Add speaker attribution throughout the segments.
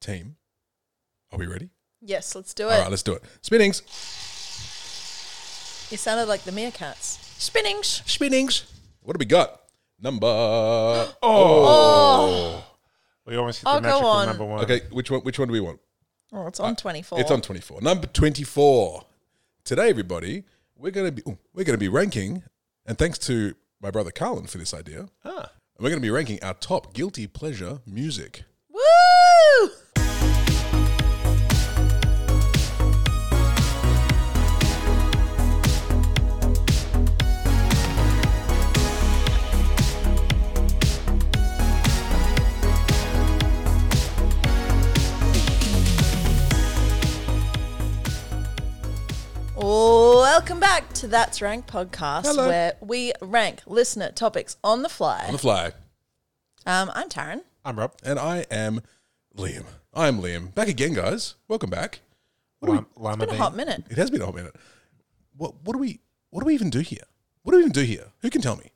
Speaker 1: team. Are we ready?
Speaker 2: Yes, let's do it.
Speaker 1: All right, let's do it. Spinnings.
Speaker 2: You sounded like the meerkats. Spinnings.
Speaker 1: Spinnings. What do we got? Number. oh.
Speaker 3: We almost hit
Speaker 2: Oh,
Speaker 3: the
Speaker 2: go
Speaker 3: magical
Speaker 2: on.
Speaker 3: number one.
Speaker 1: Okay, which one? Which one do we want?
Speaker 2: Oh, it's on 24.
Speaker 1: Uh, It's on twenty-four. Number twenty-four. Today, everybody, we're gonna be ooh, we're gonna be ranking, and thanks to my brother Carlin for this idea,
Speaker 3: Ah.
Speaker 1: we're gonna be ranking our top guilty pleasure music.
Speaker 2: Woo! Welcome back to That's Rank podcast,
Speaker 1: Hello.
Speaker 2: where we rank listener topics on the fly.
Speaker 1: On the fly,
Speaker 2: Um, I'm Taryn.
Speaker 3: I'm Rob.
Speaker 1: and I am Liam. I am Liam. Back again, guys. Welcome back.
Speaker 3: Lam- Llama
Speaker 2: Been a
Speaker 3: Bean.
Speaker 2: hot minute.
Speaker 1: It has been a whole minute. What what do we what do we even do here? What do we even do here? Who can tell me?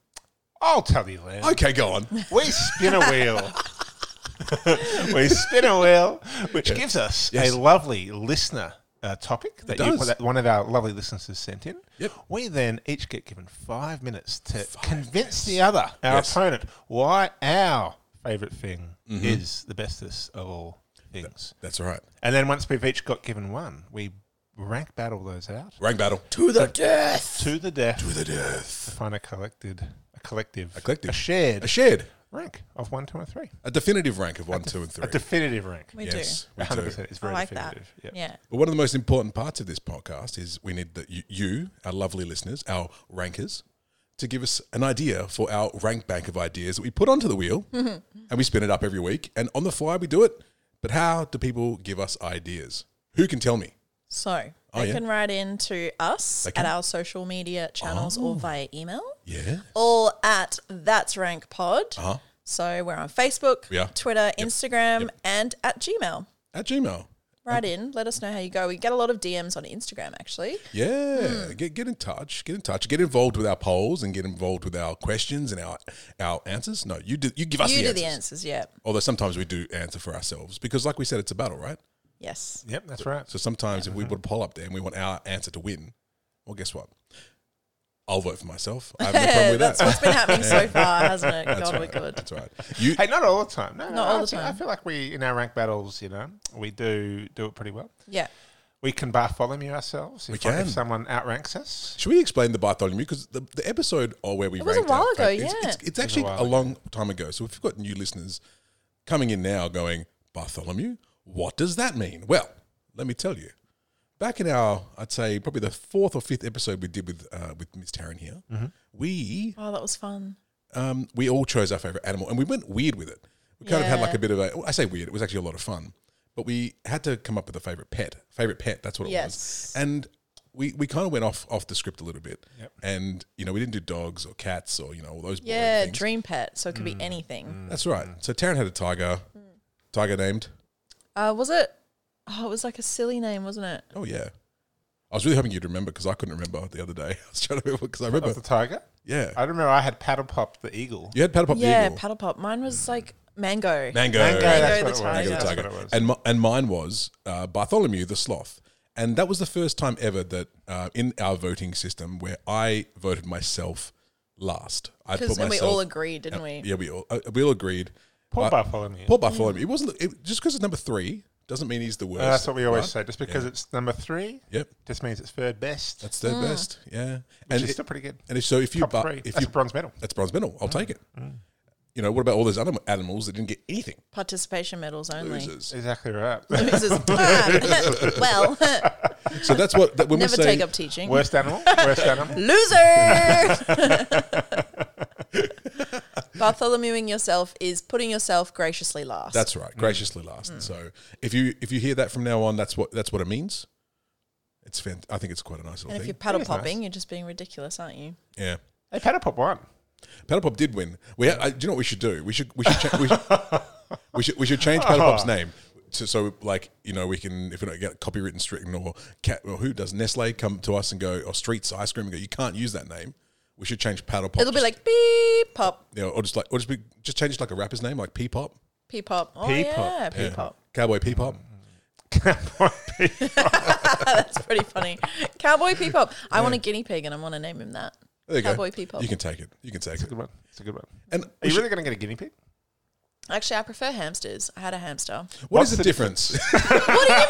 Speaker 3: I'll tell you, Len.
Speaker 1: Okay, go on.
Speaker 3: We spin a wheel. we spin a wheel, which gives us
Speaker 1: Yes.
Speaker 3: a lovely listener uh, topic that, you,
Speaker 1: does.
Speaker 3: that one of our lovely listeners has sent in.
Speaker 1: Yep.
Speaker 3: We then each get given five minutes to convince the other, our
Speaker 1: Yes.
Speaker 3: opponent, why our favourite thing is the bestest of all things.
Speaker 1: That's all right.
Speaker 3: And then once we've each got given one, we rank battle those out
Speaker 1: Rank battle to the death.
Speaker 3: to the death
Speaker 1: To the death.
Speaker 3: to find a collected, a collective, a
Speaker 1: collective.
Speaker 3: a shared
Speaker 1: A shared,
Speaker 3: rank of one, two, and three.
Speaker 1: a definitive rank of one, two, and three.
Speaker 3: A definitive rank.
Speaker 2: We
Speaker 1: yes,
Speaker 3: A
Speaker 1: we
Speaker 3: hundred
Speaker 1: do.
Speaker 3: percent. It's
Speaker 2: do. I
Speaker 3: very
Speaker 2: like that.
Speaker 3: definitive.
Speaker 2: Yeah.
Speaker 3: Yeah.
Speaker 1: But one of the most important parts of this podcast is we need that you, you, our lovely listeners, our rankers, to give us an idea for our rank bank of ideas that we put onto the wheel
Speaker 3: Mm-hmm.
Speaker 1: and we spin it up every week. And on the fly, we do it. But how do people give us ideas? Who can tell me?
Speaker 2: So
Speaker 1: Oh,
Speaker 2: they
Speaker 1: yeah.
Speaker 2: can write in to us
Speaker 1: can? Oh.
Speaker 2: at our social media channels or via email.
Speaker 1: Yeah.
Speaker 2: All at That's Rank Pod.
Speaker 1: Uh-huh.
Speaker 2: So we're on Facebook,
Speaker 1: We are.
Speaker 2: Twitter, Instagram, and at Gmail.
Speaker 1: At Gmail.
Speaker 2: Write in. Let us know how you go. We get a lot of DMs on Instagram, actually.
Speaker 1: Yeah,
Speaker 2: Hmm.
Speaker 1: get get in touch, get in touch, get involved with our polls and get involved with our questions and our our answers. No, you do, you give us
Speaker 2: you
Speaker 1: the
Speaker 2: do
Speaker 1: answers.
Speaker 2: the answers. Yeah.
Speaker 1: Although sometimes we do answer for ourselves because, like we said, it's a battle, right?
Speaker 2: Yes.
Speaker 3: Yep, that's right.
Speaker 1: So sometimes if we
Speaker 2: Uh-huh.
Speaker 1: put a poll up there and we want our answer to win, well, guess what? I'll vote for myself. I have no problem with
Speaker 2: That's
Speaker 1: that.
Speaker 2: what's been happening so far, hasn't it? God, we're good.
Speaker 1: That's right. You
Speaker 3: hey, not all the time. No, no,
Speaker 2: Not all
Speaker 3: I
Speaker 2: the
Speaker 3: feel-
Speaker 2: time.
Speaker 3: I feel like we in our rank battles, you know, we do do it pretty well.
Speaker 2: Yeah.
Speaker 3: We can bartholomew ourselves if,
Speaker 1: We can.
Speaker 3: if someone outranks us.
Speaker 1: should we explain the Bartholomew? Because the, the episode or where we
Speaker 2: It was a
Speaker 1: ranked
Speaker 2: while
Speaker 1: our-
Speaker 2: ago,
Speaker 1: it's,
Speaker 2: yeah.
Speaker 1: it's, it's actually
Speaker 3: while
Speaker 1: a, long time ago. So if you've got new listeners coming in now, going Bartholomew, what does that mean? Well, let me tell you. Back in our, I'd say probably the fourth or fifth episode we did with uh, with Miss Taryn here, we
Speaker 2: Oh, that was fun.
Speaker 1: um, we all chose our favorite animal and we went weird with it. We kind of had
Speaker 2: Yeah.
Speaker 1: like a bit of a, I say weird, it was actually a lot of fun, but we had to come up with a favorite pet. Favorite pet, that's what it
Speaker 2: Yes.
Speaker 1: was. And we, we kind of went off off the script a little bit.
Speaker 3: Yep.
Speaker 1: And, you know, we didn't do dogs or cats or, you know, all those boring
Speaker 2: Yeah.
Speaker 1: things. Mm.
Speaker 2: Dream pet. So it could be anything.
Speaker 1: That's right. So Taryn had a tiger,
Speaker 2: Mm.
Speaker 1: tiger named. Mm.
Speaker 2: Uh, was it? Oh, it was like a silly name, wasn't it?
Speaker 1: Oh, yeah. I was really hoping you'd remember because I couldn't remember the other day. I was trying to remember because I
Speaker 3: Of
Speaker 1: remember.
Speaker 3: the tiger.
Speaker 1: Yeah.
Speaker 3: I remember I had Paddle Pop the eagle.
Speaker 1: You had Paddlepop the
Speaker 2: Yeah,
Speaker 1: eagle.
Speaker 2: paddle pop. Mine was like mango.
Speaker 1: Mango.
Speaker 2: Mango
Speaker 3: Mango, that's what
Speaker 2: the
Speaker 3: it was.
Speaker 2: tiger.
Speaker 1: Mango the
Speaker 3: That's
Speaker 1: Tiger.
Speaker 3: what it was.
Speaker 1: And, mi- and mine was uh, Bartholomew the Sloth. And that was the first time ever that uh, in our voting system where I voted myself last. I
Speaker 2: Because
Speaker 1: put
Speaker 2: and
Speaker 1: myself.
Speaker 2: we all agreed, didn't we?
Speaker 1: Yeah, we all, uh, we all agreed.
Speaker 3: Poor
Speaker 1: But-
Speaker 3: Bartholomew.
Speaker 1: Poor Bartholomew. It wasn't it, just because it's number three doesn't mean he's the worst.
Speaker 3: Uh, that's what we always
Speaker 1: right?
Speaker 3: say. Just because it's number three,
Speaker 1: Yep,
Speaker 3: just means it's third best.
Speaker 1: that's
Speaker 2: Mm.
Speaker 1: their best. Yeah,
Speaker 3: which
Speaker 1: and
Speaker 3: is
Speaker 1: it-
Speaker 3: still pretty good.
Speaker 1: and if so, if you
Speaker 3: Top
Speaker 1: bar-
Speaker 3: three.
Speaker 1: if
Speaker 3: that's Mm.
Speaker 1: you
Speaker 3: a bronze medal.
Speaker 1: that's bronze medal, I'll take it. You know, what about all those other animals that didn't get anything?
Speaker 2: Participation medals only.
Speaker 1: Losers.
Speaker 3: Exactly right.
Speaker 2: Losers. Ah, well,
Speaker 1: So that's what that when
Speaker 2: never
Speaker 1: we say
Speaker 2: take up teaching.
Speaker 3: worst animal. Worst animal.
Speaker 2: Loser. Bartholomewing yourself is putting yourself graciously last.
Speaker 1: That's right, graciously last.
Speaker 2: Mm.
Speaker 1: So if you if you hear that from now on, that's what that's what it means. It's fant- I think it's quite a nice
Speaker 2: and
Speaker 1: little
Speaker 2: if you're
Speaker 1: thing.
Speaker 2: paddle
Speaker 3: It is nice.
Speaker 2: popping, you're just being ridiculous, aren't you?
Speaker 1: Yeah,
Speaker 3: Hey, Paddle Pop won.
Speaker 1: Paddle Pop did win. We ha- I, do you know what we should do? We should we should cha- we, should, we should we should change Paddle Pop's
Speaker 2: Ah.
Speaker 1: name. So, so like you know we can if we don't get copywritten stricken or cat or who does Nestle come to us and go or Streets Ice Cream and go you can't use that name. We should change Paddle Pop.
Speaker 2: It'll be
Speaker 1: just-
Speaker 2: like beep pop.
Speaker 1: you know, or just like or just be just change it to like a rapper's name like P Pop.
Speaker 2: P-pop. Oh
Speaker 3: P-pop.
Speaker 2: yeah,
Speaker 1: Yeah.
Speaker 2: P-pop.
Speaker 1: Cowboy Peepop.
Speaker 2: That's pretty funny. Cowboy P-pop. I want a guinea pig, and I want to name him that.
Speaker 1: There you
Speaker 2: Cowboy
Speaker 1: go.
Speaker 2: Peepop.
Speaker 1: You can take it. You can take
Speaker 3: It's a
Speaker 1: it.
Speaker 3: good one. It's a good one.
Speaker 1: And
Speaker 3: Are you really going to get a guinea pig?
Speaker 2: Actually, I prefer hamsters. I had a hamster.
Speaker 1: what is
Speaker 3: What's
Speaker 1: the
Speaker 3: the
Speaker 1: difference?
Speaker 2: What do you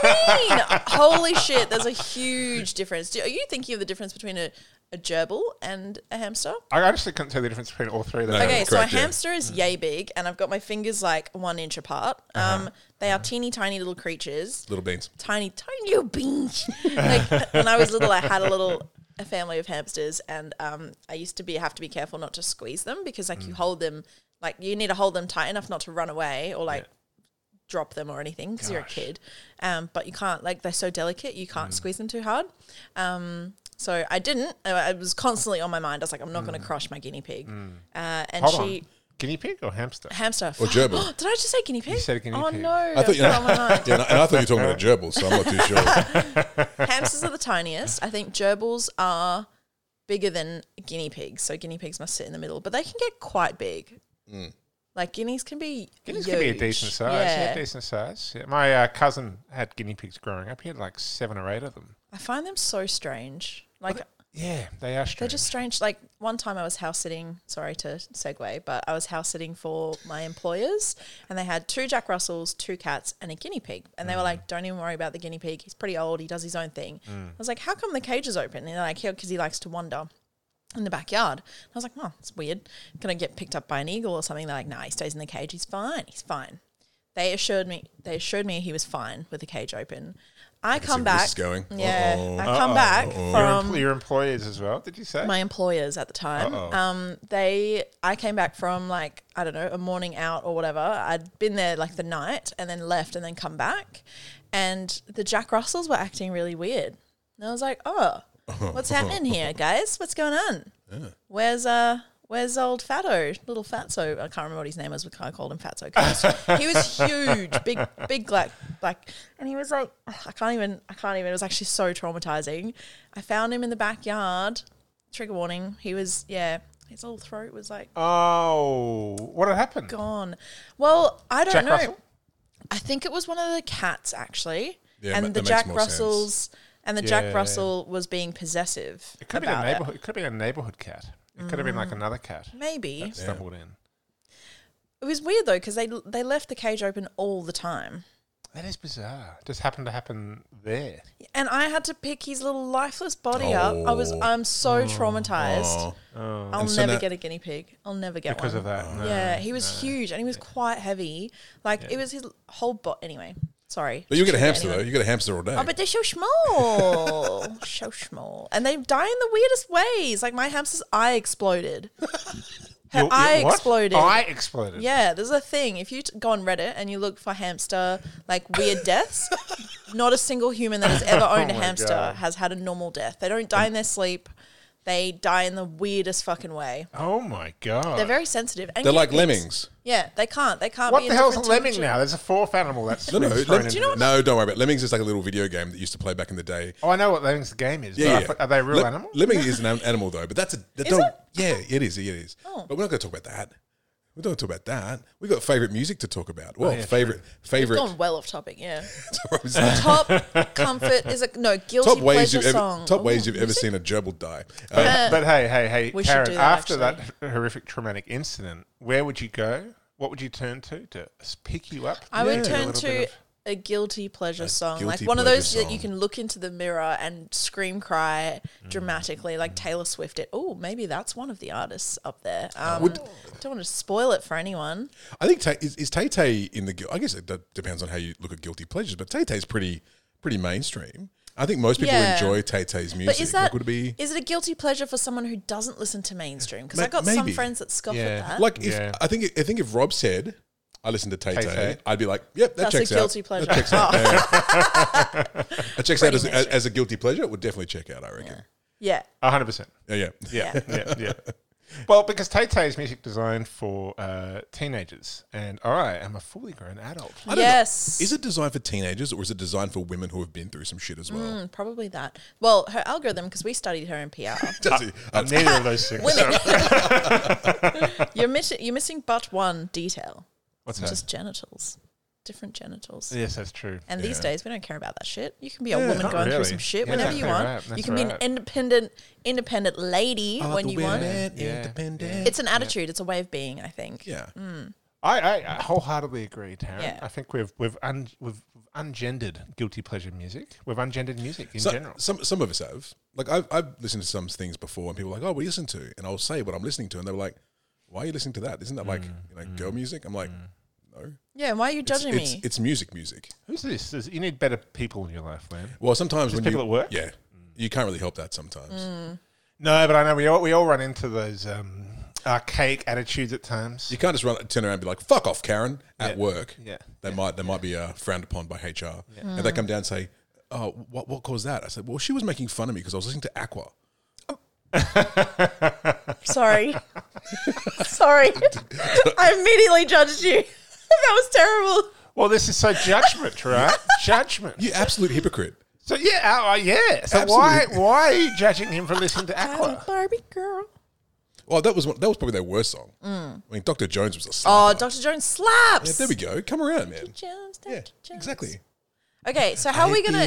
Speaker 2: mean? Holy shit! There's a huge difference. Do, are you thinking of the difference between a, a gerbil and a hamster?
Speaker 3: I honestly couldn't tell the difference between all three of those.
Speaker 1: No.
Speaker 2: Okay, so a
Speaker 1: Uh, correct, yeah. Mm.
Speaker 2: hamster is yay big, and I've got my fingers like one inch apart.
Speaker 1: Uh-huh.
Speaker 2: Um, they
Speaker 1: Mm-hmm.
Speaker 2: are teeny tiny little creatures,
Speaker 1: Little beans.
Speaker 2: tiny tiny little beans. like when I was little, I had a little a family of hamsters, and um, I used to be have to be careful not to squeeze them because like you
Speaker 3: Mm.
Speaker 2: hold them like you need to hold them tight enough not to run away or like. Drop them or anything because you're a
Speaker 3: Gosh. Mm.
Speaker 2: kid, um, but you can't like they're so delicate you can't squeeze them too hard. Um, so I didn't. I I was constantly on my mind. I was like, I'm not
Speaker 3: Mm.
Speaker 2: going to crush my guinea pig. Uh, and
Speaker 3: Hold
Speaker 2: she
Speaker 3: on. Guinea pig or hamster?
Speaker 2: hamster
Speaker 1: Or gerbil.
Speaker 2: Did I just say guinea pig?
Speaker 3: You said guinea
Speaker 2: oh
Speaker 3: pig.
Speaker 2: no!
Speaker 1: I thought you know.
Speaker 2: on my mind.
Speaker 1: Yeah, and I, and I thought you were talking about a gerbil, so I'm not too sure.
Speaker 2: Hamsters are the tiniest. I think gerbils are bigger than guinea pigs, so guinea pigs must sit in the middle, but they can get quite big. Like guineas can be
Speaker 3: Mm. Guineas can be a
Speaker 2: huge.
Speaker 3: decent size. Yeah, decent size. Yeah. My uh, cousin had guinea pigs growing up. He had like seven or eight of them.
Speaker 2: I find them so strange. Like
Speaker 3: Yeah, they are
Speaker 2: They're
Speaker 3: strange.
Speaker 2: just strange. Like one time I was house sitting, sorry to segue, but I was house sitting for my employers and they had two Jack Russells, two cats, and a guinea pig. And they
Speaker 1: Mm.
Speaker 2: were like, don't even worry about the guinea pig. He's pretty old. He does his own thing. I was like, how come the cage is open? And they're like, because he likes to wander in the backyard. And I was like, oh, it's weird. Gonna get picked up by an eagle or something. They're like, nah, he stays in the cage. He's fine. He's fine. They assured me. They assured me he was fine with the cage open. I, come
Speaker 1: where
Speaker 2: back.
Speaker 1: this is going.
Speaker 2: Yeah,
Speaker 1: Uh-oh.
Speaker 2: I come back
Speaker 3: your,
Speaker 2: from
Speaker 3: empl- your employers as well, did you say?
Speaker 2: um, my employers at the time.
Speaker 3: Uh-oh.
Speaker 2: Um, they, I came back from like I don't know a morning out or whatever. I'd been there like the night and then left and then come back, and the Jack Russells were acting really weird. And I was like, oh, what's happening here, guys? What's going on? Where's uh? Where's old Fatso, little Fatso? I can't remember what his name was. We kind of called him Fatso. 'cause he was huge, big, big black, black, and he was like, I can't even, I can't even. It was actually so traumatizing. I found him in the backyard, trigger warning. He was, yeah, his little throat was like
Speaker 3: oh, what had happened?
Speaker 2: gone. Well, I don't
Speaker 3: Jack
Speaker 2: know.
Speaker 3: Russell?
Speaker 2: I think it was one of the cats actually,
Speaker 1: Yeah, ma-
Speaker 2: and the
Speaker 1: that makes
Speaker 2: Jack
Speaker 1: more sense.
Speaker 2: Russells, and the
Speaker 3: Yeah.
Speaker 2: Jack Russell was being possessive.
Speaker 3: It could, have been a
Speaker 2: about Mm. it.
Speaker 3: neighborhood, it could have been a neighborhood cat. It could have been like another cat
Speaker 2: Maybe
Speaker 3: that stumbled in.
Speaker 2: it was weird though because they they left the cage open all the time.
Speaker 3: That is bizarre. Just happened to happen there.
Speaker 2: and I had to pick his little lifeless body up. I was
Speaker 1: Oh.
Speaker 2: I'm so traumatized.
Speaker 1: Oh,
Speaker 2: I'll
Speaker 1: And so
Speaker 2: never
Speaker 1: now-
Speaker 2: get a guinea pig. I'll never get
Speaker 3: Because
Speaker 2: one.
Speaker 3: of
Speaker 1: Oh.
Speaker 3: that. no.
Speaker 2: yeah, he was huge and he was quite heavy. Like it was his whole bot. Anyway, sorry.
Speaker 1: but you get a
Speaker 2: Shouldn't
Speaker 1: hamster
Speaker 2: anyone-
Speaker 1: though. You get a hamster all day.
Speaker 2: Oh, but they're so small, so small, and they die in the weirdest ways. Like my hamster's eye exploded. Her
Speaker 3: Your- your
Speaker 2: eye
Speaker 3: what?
Speaker 2: exploded.
Speaker 3: Eye exploded.
Speaker 2: Yeah, there's a thing. If you t- go on Reddit and you look for hamster like weird deaths, not a single human that has ever
Speaker 1: Oh
Speaker 2: owned a
Speaker 3: my
Speaker 2: hamster
Speaker 3: God.
Speaker 2: has had a normal death. They don't die in their sleep. They die in the weirdest fucking way.
Speaker 3: Oh my god.
Speaker 2: They're very sensitive. And
Speaker 1: They're like
Speaker 2: guinea pigs.
Speaker 1: lemmings.
Speaker 2: Yeah, they can't. They can't.
Speaker 3: what
Speaker 2: be
Speaker 3: the
Speaker 2: in
Speaker 3: hell's a
Speaker 2: different
Speaker 3: lemming
Speaker 2: temperature.
Speaker 3: now? There's a fourth animal that's
Speaker 1: No, no,
Speaker 3: been
Speaker 1: lem-
Speaker 3: thrown
Speaker 1: do
Speaker 3: into
Speaker 1: you know
Speaker 3: this.
Speaker 1: no, don't worry about it. Lemmings. Is like a little video game that used to play back in the day.
Speaker 3: Oh, I know what lemmings the game is.
Speaker 1: Yeah,
Speaker 3: Yeah,
Speaker 1: yeah.
Speaker 3: Are they real
Speaker 1: Le-
Speaker 3: animal?
Speaker 1: Lemming is an an- animal though, but that's a that
Speaker 2: Is
Speaker 1: don't,
Speaker 2: it?
Speaker 1: yeah, it is, it is. But we're not going to talk about that. We don't talk about that. We got favorite music to talk about. Well,
Speaker 3: yeah,
Speaker 1: favorite favorite
Speaker 2: Gone well off topic. Yeah.
Speaker 1: top
Speaker 2: Top comfort is a no guilty
Speaker 1: ways
Speaker 2: pleasure
Speaker 1: you've ever,
Speaker 2: song. Oh
Speaker 1: top
Speaker 2: Ooh,
Speaker 1: ways you've ever
Speaker 2: music?
Speaker 1: seen a gerbil die. Uh,
Speaker 3: But, but hey, hey, hey,
Speaker 2: We should
Speaker 3: Karen,
Speaker 2: do that,
Speaker 3: after that horrific traumatic incident, where would you go? What would you turn to to s- pick you up?
Speaker 2: I
Speaker 3: Yeah.
Speaker 2: would
Speaker 3: A
Speaker 2: turn
Speaker 3: little
Speaker 2: to
Speaker 3: bit of-
Speaker 2: a guilty pleasure song,
Speaker 1: guilty
Speaker 2: like one of
Speaker 1: pleasure
Speaker 2: those that you
Speaker 1: song. Mm.
Speaker 2: can look into the mirror and scream cry dramatically, like Taylor Swift. It oh, maybe that's one of the artists up there. Um, don't want to spoil it for anyone.
Speaker 1: I think Tay, is, is Tay Tay in the. gu- I guess it d- depends on how you look at guilty pleasures, but Tay Tay's pretty pretty mainstream. I think most people
Speaker 2: Yeah.
Speaker 1: enjoy Tay Tay's music.
Speaker 2: But is that
Speaker 1: like, would it be
Speaker 2: is it a guilty pleasure for someone who doesn't listen to mainstream? Because
Speaker 1: Ma-
Speaker 2: I got some
Speaker 1: maybe.
Speaker 2: friends that scoff
Speaker 3: Yeah.
Speaker 2: at that.
Speaker 1: like? If,
Speaker 3: Yeah.
Speaker 1: I think I think if Rob said I listen to Tay Tay,
Speaker 3: Tay-Tay.
Speaker 1: I'd be like, yep, that
Speaker 2: that's
Speaker 1: checks
Speaker 2: a guilty
Speaker 1: out.
Speaker 2: pleasure.
Speaker 1: That checks
Speaker 2: Oh,
Speaker 1: out. Yeah. that checks out as,
Speaker 2: Pretty
Speaker 1: as, as a guilty pleasure. It would definitely check out. I reckon.
Speaker 2: yeah,
Speaker 3: A hundred percent.
Speaker 1: Yeah, yeah.
Speaker 3: Yeah, yeah, yeah. Well, because Tay Tay's music designed for uh, teenagers, and I am a fully grown adult.
Speaker 1: I don't know.
Speaker 2: yes.
Speaker 1: Is it designed for teenagers or is it designed for women who have been through some shit as well?
Speaker 2: Mm, probably that? Well, her algorithm because we studied her in PR.
Speaker 1: Does it?
Speaker 3: I'm neither of those things.
Speaker 2: Women. you're missing you're missing but one detail.
Speaker 3: What's
Speaker 2: It's
Speaker 3: that?
Speaker 2: just genitals, different genitals.
Speaker 3: Yes, that's true.
Speaker 2: And
Speaker 1: Yeah.
Speaker 2: these days, we don't care about that shit. You can be a
Speaker 3: Yeah,
Speaker 2: woman
Speaker 3: not
Speaker 2: going
Speaker 3: really.
Speaker 2: through some shit
Speaker 3: Yeah,
Speaker 2: whenever
Speaker 3: exactly
Speaker 2: you want.
Speaker 3: right.
Speaker 2: You
Speaker 3: That's
Speaker 2: can be an
Speaker 3: right.
Speaker 2: independent, independent lady when you want.
Speaker 3: Yeah.
Speaker 1: independent.
Speaker 2: It's an attitude. It's a way of being. I think.
Speaker 1: Yeah.
Speaker 3: I, I, I wholeheartedly agree, Taryn.
Speaker 2: Yeah.
Speaker 3: I think we've we've un, we've ungendered guilty pleasure music. We've ungendered music in
Speaker 1: So-
Speaker 3: general.
Speaker 1: Some some of us have. Like I've, I've listened to some things before, and people are like, "Oh, what do you listen to?" And I'll say what I'm listening to, and they were like, "Why are you listening to that? Isn't that like
Speaker 3: Mm,
Speaker 1: you know girl music?" I'm like, "No,
Speaker 2: Yeah. Why are you
Speaker 1: it's,
Speaker 2: judging
Speaker 1: it's,
Speaker 2: me?
Speaker 1: it's music, music."
Speaker 3: Who's this? There's- you need better people in your life, man.
Speaker 1: Well, sometimes when
Speaker 3: people
Speaker 1: you
Speaker 3: at work? Mm.
Speaker 1: yeah, you can't really help that sometimes.
Speaker 3: No, but I know we all we all run into those um, archaic attitudes at times.
Speaker 1: You can't just run turn around and be like, "Fuck off, Karen," at
Speaker 3: Yeah.
Speaker 1: work.
Speaker 3: Yeah.
Speaker 1: They might they might be uh, frowned upon by HR, and they come down and say, "Oh, what what caused that?" I said, "Well, she was making fun of me because I was listening to Aqua."
Speaker 2: Sorry. Sorry. I immediately judged you. that was terrible.
Speaker 3: Well, this is so judgment, right? judgment.
Speaker 1: You absolute hypocrite.
Speaker 3: So yeah, uh, uh, yeah. So
Speaker 1: Absolutely.
Speaker 3: why why are you judging him for listening to
Speaker 2: I'm a
Speaker 3: Aqua?
Speaker 2: Barbie girl.
Speaker 1: Well, that was one, that was probably their worst song. I mean, Dr. Jones was a
Speaker 2: Oh,
Speaker 1: slap.
Speaker 2: Dr. Jones slaps.
Speaker 1: Yeah, there we go. Come around, man.
Speaker 2: Jones, Dr.
Speaker 1: Yeah,
Speaker 2: Jones.
Speaker 1: exactly.
Speaker 2: Okay, so how are we gonna?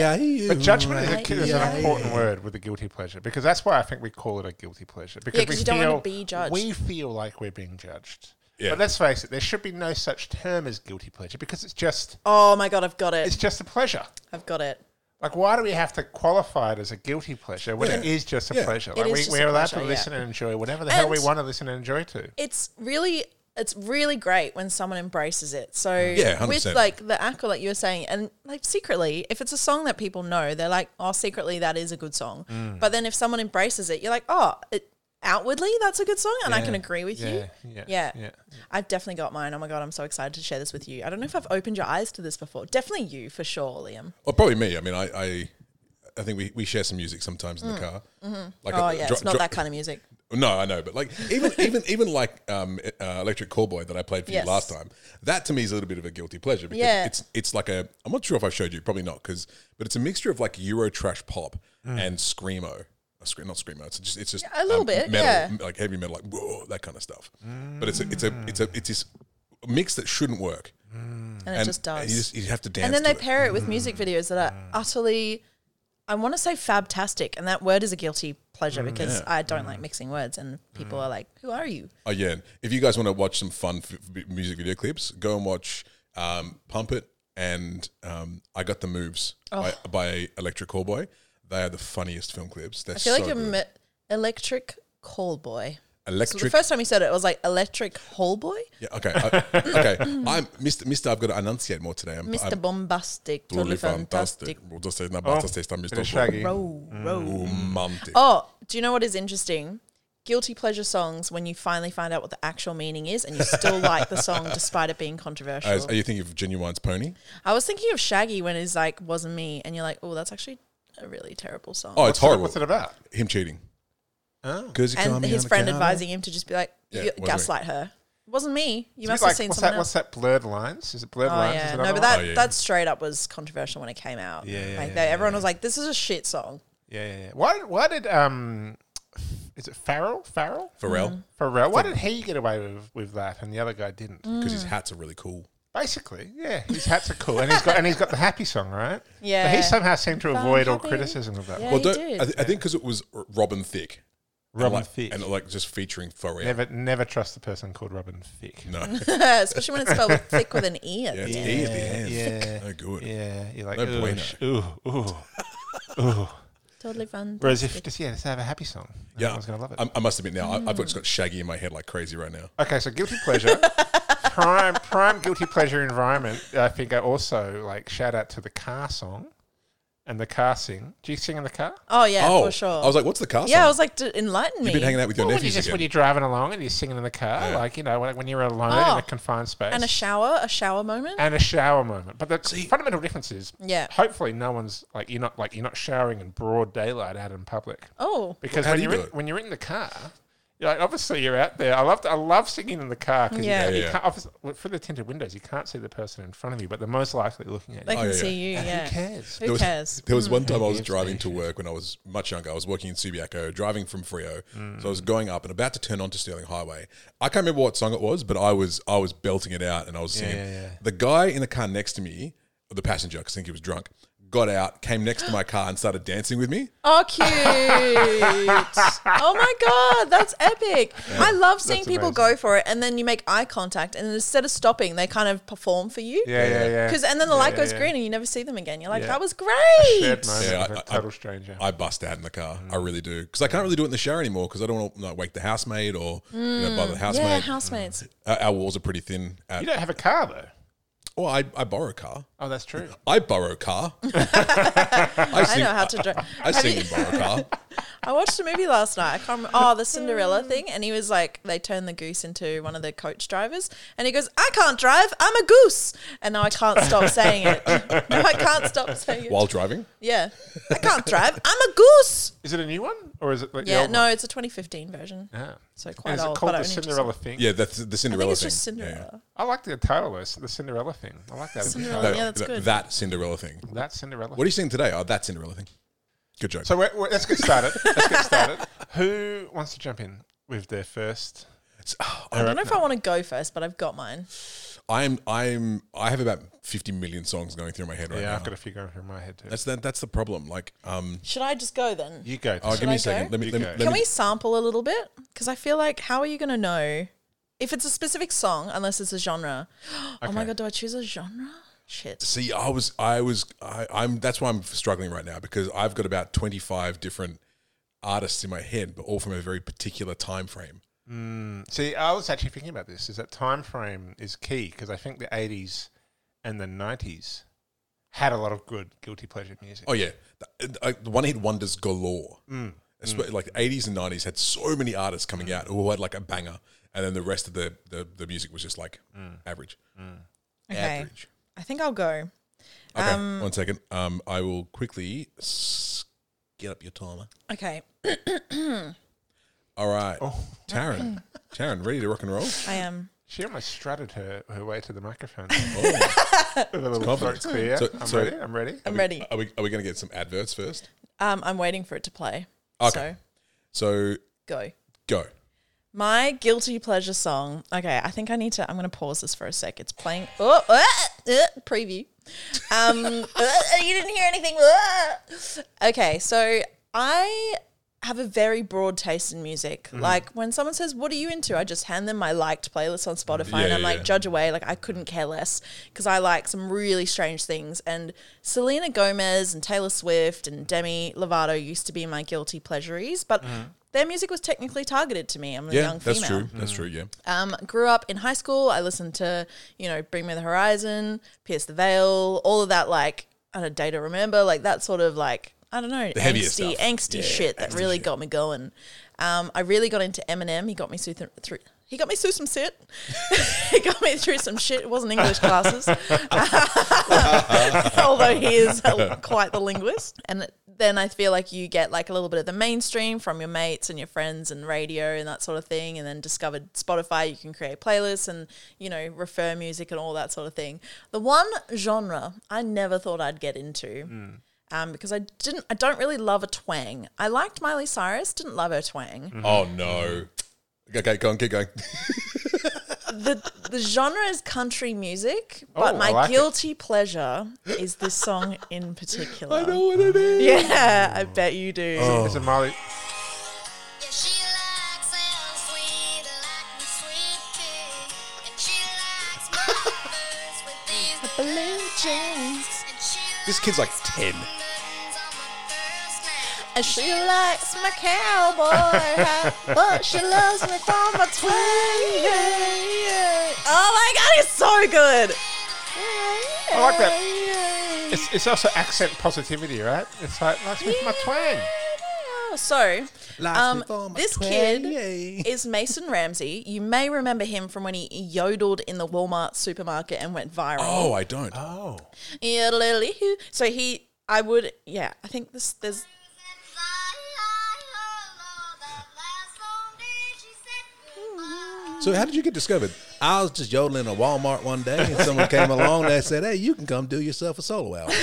Speaker 3: But judgment is, a, is
Speaker 2: Yeah.
Speaker 3: an important word with a guilty pleasure because that's why I think we call it a guilty pleasure because
Speaker 2: 'cause
Speaker 3: we
Speaker 2: you
Speaker 3: feel
Speaker 2: don't wanna be judged.
Speaker 3: we feel like we're being judged.
Speaker 1: Yeah.
Speaker 3: But let's face it, there should be no such term as guilty pleasure because it's just
Speaker 2: Oh my god, I've got
Speaker 3: it's
Speaker 2: it.
Speaker 3: just a pleasure.
Speaker 2: I've got it.
Speaker 3: Like, why do we have to qualify it as a guilty pleasure when it
Speaker 1: Yeah.
Speaker 3: is just a
Speaker 1: Yeah.
Speaker 3: pleasure?
Speaker 1: It
Speaker 3: Like,
Speaker 2: is
Speaker 3: we,
Speaker 2: just
Speaker 3: we're
Speaker 2: a
Speaker 3: allowed
Speaker 2: pleasure,
Speaker 3: to
Speaker 2: yeah.
Speaker 3: listen and enjoy whatever the hell we
Speaker 2: And-
Speaker 3: want to listen and enjoy to.
Speaker 2: It's really, it's really great when someone embraces it. So
Speaker 1: Yeah, 100%.
Speaker 2: with like the aqua, like you were saying, and like secretly, if it's a song that people know, they're like, oh, secretly that is a good song. But then if someone embraces it, you're like, oh, it, outwardly that's a good song, and I can
Speaker 3: Yeah.
Speaker 2: agree with you.
Speaker 3: yeah,
Speaker 2: Yeah.
Speaker 3: yeah.
Speaker 2: I've definitely got mine. Oh my god, I'm so excited to share this with you. I don't know if I've opened your eyes to this before. Definitely you for sure, Liam.
Speaker 1: Well, probably me. I mean, I, I, I think we, we share some music sometimes in the car. Like
Speaker 2: Mm, Oh
Speaker 1: uh,
Speaker 2: yeah,
Speaker 1: dro-
Speaker 2: it's not
Speaker 1: dro-
Speaker 2: that kind of music.
Speaker 1: No, I know, but like even even even like um, uh, Electric Callboy that I played for
Speaker 2: Yes.
Speaker 1: you last time, that to me is a little bit of a guilty pleasure because
Speaker 2: Yeah.
Speaker 1: it's it's like a I'm not sure if I've showed you, probably not, because but it's a mixture of like Euro trash pop and screamo. Uh, scre- Not screamo. It's just it's just um,
Speaker 2: a little bit,
Speaker 1: metal,
Speaker 2: yeah.
Speaker 1: m- like heavy metal, like whoa, that kind of stuff. But it's a, it's a it's a it's this mix that shouldn't work,
Speaker 2: And it just does.
Speaker 1: you just you have to dance.
Speaker 2: and then
Speaker 1: to
Speaker 2: they
Speaker 1: it.
Speaker 2: pair it with music videos that are
Speaker 1: Mm.
Speaker 2: utterly i want to say fabtastic and that word is a guilty pleasure
Speaker 1: Mm,
Speaker 2: because i don't like mixing words and people are like who are you
Speaker 1: Oh yeah! If you guys want to watch some fun f- f- music video clips, go and watch um, "Pump It" and um, "I Got the Moves"
Speaker 2: Oh.
Speaker 1: by, by Electric Callboy. They are the funniest film clips. They're
Speaker 2: i feel
Speaker 1: so
Speaker 2: like you're
Speaker 1: good.
Speaker 2: me- electric call boy so the
Speaker 1: electric.
Speaker 2: first time you said it, it was like electric hall boy
Speaker 1: yeah, okay, I, okay. I'm Mr. Mr. I've got to enunciate more today. I'm,
Speaker 2: mr
Speaker 1: I'm
Speaker 2: bombastic totally fantastic,
Speaker 1: We'll just say no, but just say I'm
Speaker 3: Bit of
Speaker 1: Mr.
Speaker 3: Oh, shaggy. Mm.
Speaker 2: Row, row.
Speaker 1: Mm. Romantic.
Speaker 2: oh do you know what is interesting guilty pleasure songs when you finally find out what the actual meaning is and you still like the song despite it being controversial
Speaker 1: As- are you thinking of Genuine's Pony?
Speaker 2: I was thinking of Shaggy when it's like wasn't me, and you're like, oh, that's actually a really terrible song.
Speaker 1: Oh, it's horrible.
Speaker 3: What's it about?
Speaker 1: Him cheating.
Speaker 3: Oh.
Speaker 1: Because
Speaker 2: and his friend advising him to just be like,
Speaker 1: Yeah,
Speaker 2: you
Speaker 1: it wasn't me.
Speaker 2: gaslight her. It wasn't me. You
Speaker 3: It's
Speaker 2: must
Speaker 3: a bit
Speaker 2: have
Speaker 3: like-
Speaker 2: seen
Speaker 3: what's
Speaker 2: someone
Speaker 3: that? What's
Speaker 2: else.
Speaker 3: that? Blurred lines? Is it blurred
Speaker 2: Oh
Speaker 3: lines? Is
Speaker 2: yeah,
Speaker 3: it
Speaker 2: no,
Speaker 3: another
Speaker 2: but that
Speaker 1: Oh, yeah.
Speaker 2: that straight up was controversial when it came out.
Speaker 3: Yeah, yeah,
Speaker 2: like
Speaker 3: yeah,
Speaker 2: they, everyone was like, this is a shit song.
Speaker 3: one? yeah, yeah, yeah. Why? did- Why did um, is it Farrell? Farrell?
Speaker 1: Pharrell
Speaker 3: Pharrell? Why did he get away with, with that and the other guy didn't?
Speaker 2: Mm.
Speaker 1: because Mm. his hats are really cool.
Speaker 3: Basically, yeah, his hats are cool, and he's got and he's got the happy song, right?
Speaker 2: Yeah.
Speaker 3: But he somehow seemed to avoid all
Speaker 2: happy.
Speaker 3: criticism of that.
Speaker 2: Yeah,
Speaker 3: one.
Speaker 1: Well,
Speaker 2: he
Speaker 1: don't, I,
Speaker 2: did.
Speaker 1: th- I think because it was R- Robin Thicke. And
Speaker 3: Robin
Speaker 1: like-
Speaker 3: Thicke.
Speaker 1: and like just featuring Pharrell.
Speaker 3: Never, never trust the person called Robin Thicke.
Speaker 1: No,
Speaker 2: Especially when it's spelled with thick with an e at
Speaker 1: yeah,
Speaker 2: the
Speaker 1: it's
Speaker 2: end.
Speaker 1: E at the end.
Speaker 3: Yeah.
Speaker 1: no good.
Speaker 3: Yeah, you're like,
Speaker 1: No
Speaker 3: ooh,
Speaker 1: bueno.
Speaker 3: sh- ooh, ooh, ooh.
Speaker 2: Totally fun.
Speaker 3: Whereas if just yeah, just have a happy song,
Speaker 1: Yeah,
Speaker 3: everyone's gonna love it. Mm.
Speaker 1: I, I must admit now, I, I've got- just got Shaggy in my head like crazy right now.
Speaker 3: okay, so guilty pleasure, prime, prime guilty pleasure environment. I think I also like shout out to the car song, and the car sing. Do you sing in the car?
Speaker 2: Oh yeah,
Speaker 1: oh,
Speaker 2: for sure.
Speaker 1: I was like, what's the car?
Speaker 2: yeah, I
Speaker 1: song?
Speaker 2: was like, "D- enlighten me.
Speaker 1: You've been hanging out with your
Speaker 3: Well, when you
Speaker 1: nephews
Speaker 3: just when
Speaker 1: again.
Speaker 3: you're driving along and you're singing in the car,
Speaker 1: Yeah.
Speaker 3: like you know, when, when you're alone in
Speaker 2: Oh.
Speaker 3: a confined space,
Speaker 2: and a shower, a shower moment.
Speaker 3: and a shower moment. But the fundamental difference is,
Speaker 2: Yeah.
Speaker 3: hopefully, no one's like you're not like you're not showering in broad daylight out in public
Speaker 2: Oh,
Speaker 3: because
Speaker 1: How
Speaker 3: when
Speaker 1: do you
Speaker 3: you're in,
Speaker 1: do it?
Speaker 3: when you're in the car, You're like, obviously, you're out there. I love I love singing in the car because
Speaker 2: Yeah.
Speaker 3: you,
Speaker 1: Yeah, yeah.
Speaker 3: can't, obviously, well, through the tinted windows, you can't see the person in front of you, but they're most likely looking at
Speaker 2: They
Speaker 1: Oh,
Speaker 2: can
Speaker 1: yeah,
Speaker 2: see you. Yeah.
Speaker 3: you. Who cares?
Speaker 2: Who
Speaker 1: was,
Speaker 2: cares?
Speaker 1: There was one time I was
Speaker 3: Gas
Speaker 1: driving to
Speaker 3: stations.
Speaker 1: work when I was much younger. I was working in Subiaco, driving from Frio. So
Speaker 3: Mm.
Speaker 1: I was going up and about to turn onto Sterling Highway. I can't remember what song it was, but I was I was belting it out and I was singing.
Speaker 3: yeah, yeah.
Speaker 1: The guy in the car next to me, the passenger, 'cause I think he was drunk, got out, came next to my car and started dancing with me.
Speaker 2: Oh, cute. oh my God. That's epic. I love seeing people go for it and then you make eye contact and instead of stopping, they kind of perform for you.
Speaker 3: Yeah, yeah, yeah.
Speaker 2: Because and then the light
Speaker 3: yeah,
Speaker 2: goes
Speaker 3: yeah.
Speaker 2: green and you never see them again. You're like,
Speaker 3: Yeah.
Speaker 2: that was
Speaker 3: Shared
Speaker 2: great.
Speaker 3: moment
Speaker 1: Yeah,
Speaker 3: with
Speaker 1: I-
Speaker 3: a
Speaker 1: I-
Speaker 3: total stranger.
Speaker 1: I bust out in the car. I really do. Because I can't really do it in the shower anymore because I don't want to like, wake the housemaid or you know, bother the
Speaker 2: Mm. Yeah,
Speaker 1: housemaid.
Speaker 2: housemates.
Speaker 3: Mm.
Speaker 1: Uh, our walls are pretty thin.
Speaker 3: you
Speaker 1: At,
Speaker 3: don't have a car though.
Speaker 1: well, I, I borrow a car.
Speaker 3: Oh, that's true.
Speaker 1: I borrow a car. I,
Speaker 2: I
Speaker 1: sing,
Speaker 2: know how to drive.
Speaker 1: I sing in borrow car.
Speaker 2: I watched a movie last night. I can't remember. Oh, the Cinderella thing. And he was like, they turned the goose into one of the coach drivers. And he goes, I can't drive. I'm a goose. And now I can't stop saying it. No, I can't stop saying it.
Speaker 1: while driving.
Speaker 2: yeah. I can't drive. I'm a goose.
Speaker 3: Is it a new one or is it like the
Speaker 2: Yeah.
Speaker 3: old
Speaker 2: No,
Speaker 3: one?
Speaker 2: it's a 2015 version.
Speaker 3: Yeah.
Speaker 2: So quite
Speaker 3: And is
Speaker 2: old.
Speaker 3: it called
Speaker 2: but I
Speaker 3: the
Speaker 2: only just-
Speaker 3: Cinderella thing?
Speaker 1: Yeah, that's the
Speaker 2: I
Speaker 1: Cinderella
Speaker 2: think it's
Speaker 1: thing. Yeah.
Speaker 2: just Cinderella.
Speaker 3: I like the title though, the Cinderella thing. I like that. as a
Speaker 2: Cinderella.
Speaker 1: No,
Speaker 2: Oh, Yeah, that's
Speaker 1: th-
Speaker 2: good.
Speaker 1: That Cinderella thing.
Speaker 3: title. That Cinderella.
Speaker 1: What are you seeing today? Oh, that Cinderella thing. Good joke.
Speaker 3: So we're, we're- let's get started. let's get started. Who wants to jump in with their first?
Speaker 1: It's- oh,
Speaker 2: I don't know if I want to go first, but I've got mine.
Speaker 1: I'm, I'm, I have about 50 million songs going through my head right
Speaker 3: Yeah, I've
Speaker 1: now.
Speaker 3: got a few going through my head too.
Speaker 1: that's that, That's the problem. Like, um,
Speaker 2: Should I just go then?
Speaker 3: you go.
Speaker 1: oh,
Speaker 3: first.
Speaker 1: give me
Speaker 2: I
Speaker 1: a second.
Speaker 2: go?
Speaker 1: Let me,
Speaker 3: You
Speaker 1: let me,
Speaker 3: go.
Speaker 1: let
Speaker 2: Can
Speaker 1: me-
Speaker 2: we sample a little bit? Because I feel like, how are you going to know if it's a specific song unless it's a genre? Oh my
Speaker 3: Okay.
Speaker 2: God, do I choose a genre? Shit.
Speaker 1: see. I was, I was, I, I'm. That's why I'm struggling right now because I've got about 25 different artists in my head, but all from a very particular time frame.
Speaker 3: See, I was actually thinking about this. Is that time frame is key because I think the '80s and the '90s had a lot of good guilty pleasure music.
Speaker 1: Oh yeah, Th- uh, the one hit wonders galore. Espe- Like eighties and nineties had so many artists coming out who had like a banger, and then the rest of the the, the music was just like average.
Speaker 2: Okay.
Speaker 1: Average.
Speaker 2: I think I'll go.
Speaker 1: Okay, one second. Um, I will quickly s- get up your timer.
Speaker 2: Okay.
Speaker 1: All right,
Speaker 3: Oh.
Speaker 1: Taryn, Taryn, ready to rock and roll?
Speaker 2: I am.
Speaker 3: She almost strutted her, her way to the microphone.
Speaker 1: Oh.
Speaker 3: With a little
Speaker 1: confident.
Speaker 3: throat clear.
Speaker 1: So-
Speaker 3: I'm
Speaker 1: so-
Speaker 3: ready. I'm ready.
Speaker 2: I'm ready.
Speaker 1: Are we are we going to get some adverts first?
Speaker 2: Um, I'm waiting for it to play.
Speaker 1: Okay.
Speaker 2: So
Speaker 1: So
Speaker 2: go.
Speaker 1: go.
Speaker 2: My guilty pleasure song. Okay, I think I need to. I'm going to pause this for a sec. It's playing. Oh, ah, ah, preview. Um, ah, you didn't hear anything. Ah. Okay, so I have a very broad taste in music.
Speaker 1: Mm-hmm.
Speaker 2: Like when someone says, "What are you into?" I just hand them my liked playlist on Spotify, and
Speaker 1: Mm, Yeah,
Speaker 2: I'm
Speaker 1: yeah,
Speaker 2: like,
Speaker 1: yeah.
Speaker 2: "Judge away." Like I couldn't care less because I like some really strange things. And Selena Gomez and Taylor Swift and Demi Lovato used to be my guilty pleasures, but.
Speaker 1: Mm-hmm.
Speaker 2: Their music was technically targeted to me. I'm a
Speaker 1: Yeah,
Speaker 2: young
Speaker 1: that's
Speaker 2: female.
Speaker 1: true. That's true. Yeah.
Speaker 2: Um, grew up in high school. I listened to, you know, Bring Me the Horizon, Pierce the Veil, all of that, like, I don't know, Day to Remember, like that sort of, like, I don't know,
Speaker 1: heavier
Speaker 2: angsty,
Speaker 1: stuff.
Speaker 2: angsty
Speaker 1: Yeah,
Speaker 2: shit that
Speaker 1: angsty
Speaker 2: really
Speaker 1: shit.
Speaker 2: got me going. Um, I really got into Eminem. He got me through, th- through he got me through some shit. he got me through some shit. It wasn't English classes. although he is a- quite the linguist. And then I feel like you get like a little bit of the mainstream from your mates and your friends and radio and that sort of thing. And then discovered Spotify, you can create playlists and, you know, refer music and all that sort of thing. The one genre I never thought I'd get into. Um, because I didn't, I don't really love a twang. I liked Miley Cyrus, didn't love her twang.
Speaker 1: Oh no. Okay, go on, keep going.
Speaker 2: the the genre is country music, but
Speaker 3: Oh,
Speaker 2: my
Speaker 3: I like it.
Speaker 2: guilty pleasure is this song in particular.
Speaker 1: what it is.
Speaker 2: Yeah, I bet you do.
Speaker 1: Oh.
Speaker 3: It's a Miley.
Speaker 4: Yeah, she likes them sweet, like the sweet pea. And she likes my birds with these
Speaker 2: Blue jeans.
Speaker 4: And she
Speaker 1: This kid's like ten.
Speaker 4: buttons on my first name.
Speaker 2: And she likes my cowboy hat, but she loves me for my twang. Oh my god, it's so good.
Speaker 3: I like that. It's, it's also accent positivity, right? It's like, that's with my twang.
Speaker 2: So, um,
Speaker 1: before my
Speaker 2: this
Speaker 1: twang.
Speaker 2: kid is Mason Ramsey. You may remember him from when he yodeled in the Walmart supermarket and went viral.
Speaker 1: Oh, I don't.
Speaker 3: Oh.
Speaker 2: Yodelily-hoo. So he, I would, yeah, I think this, there's,
Speaker 4: And fly, high, low, the last song that she
Speaker 1: So how did you get discovered? I was just yodeling at Walmart one day, and someone came along. They said, "Hey, you can come do yourself a solo album."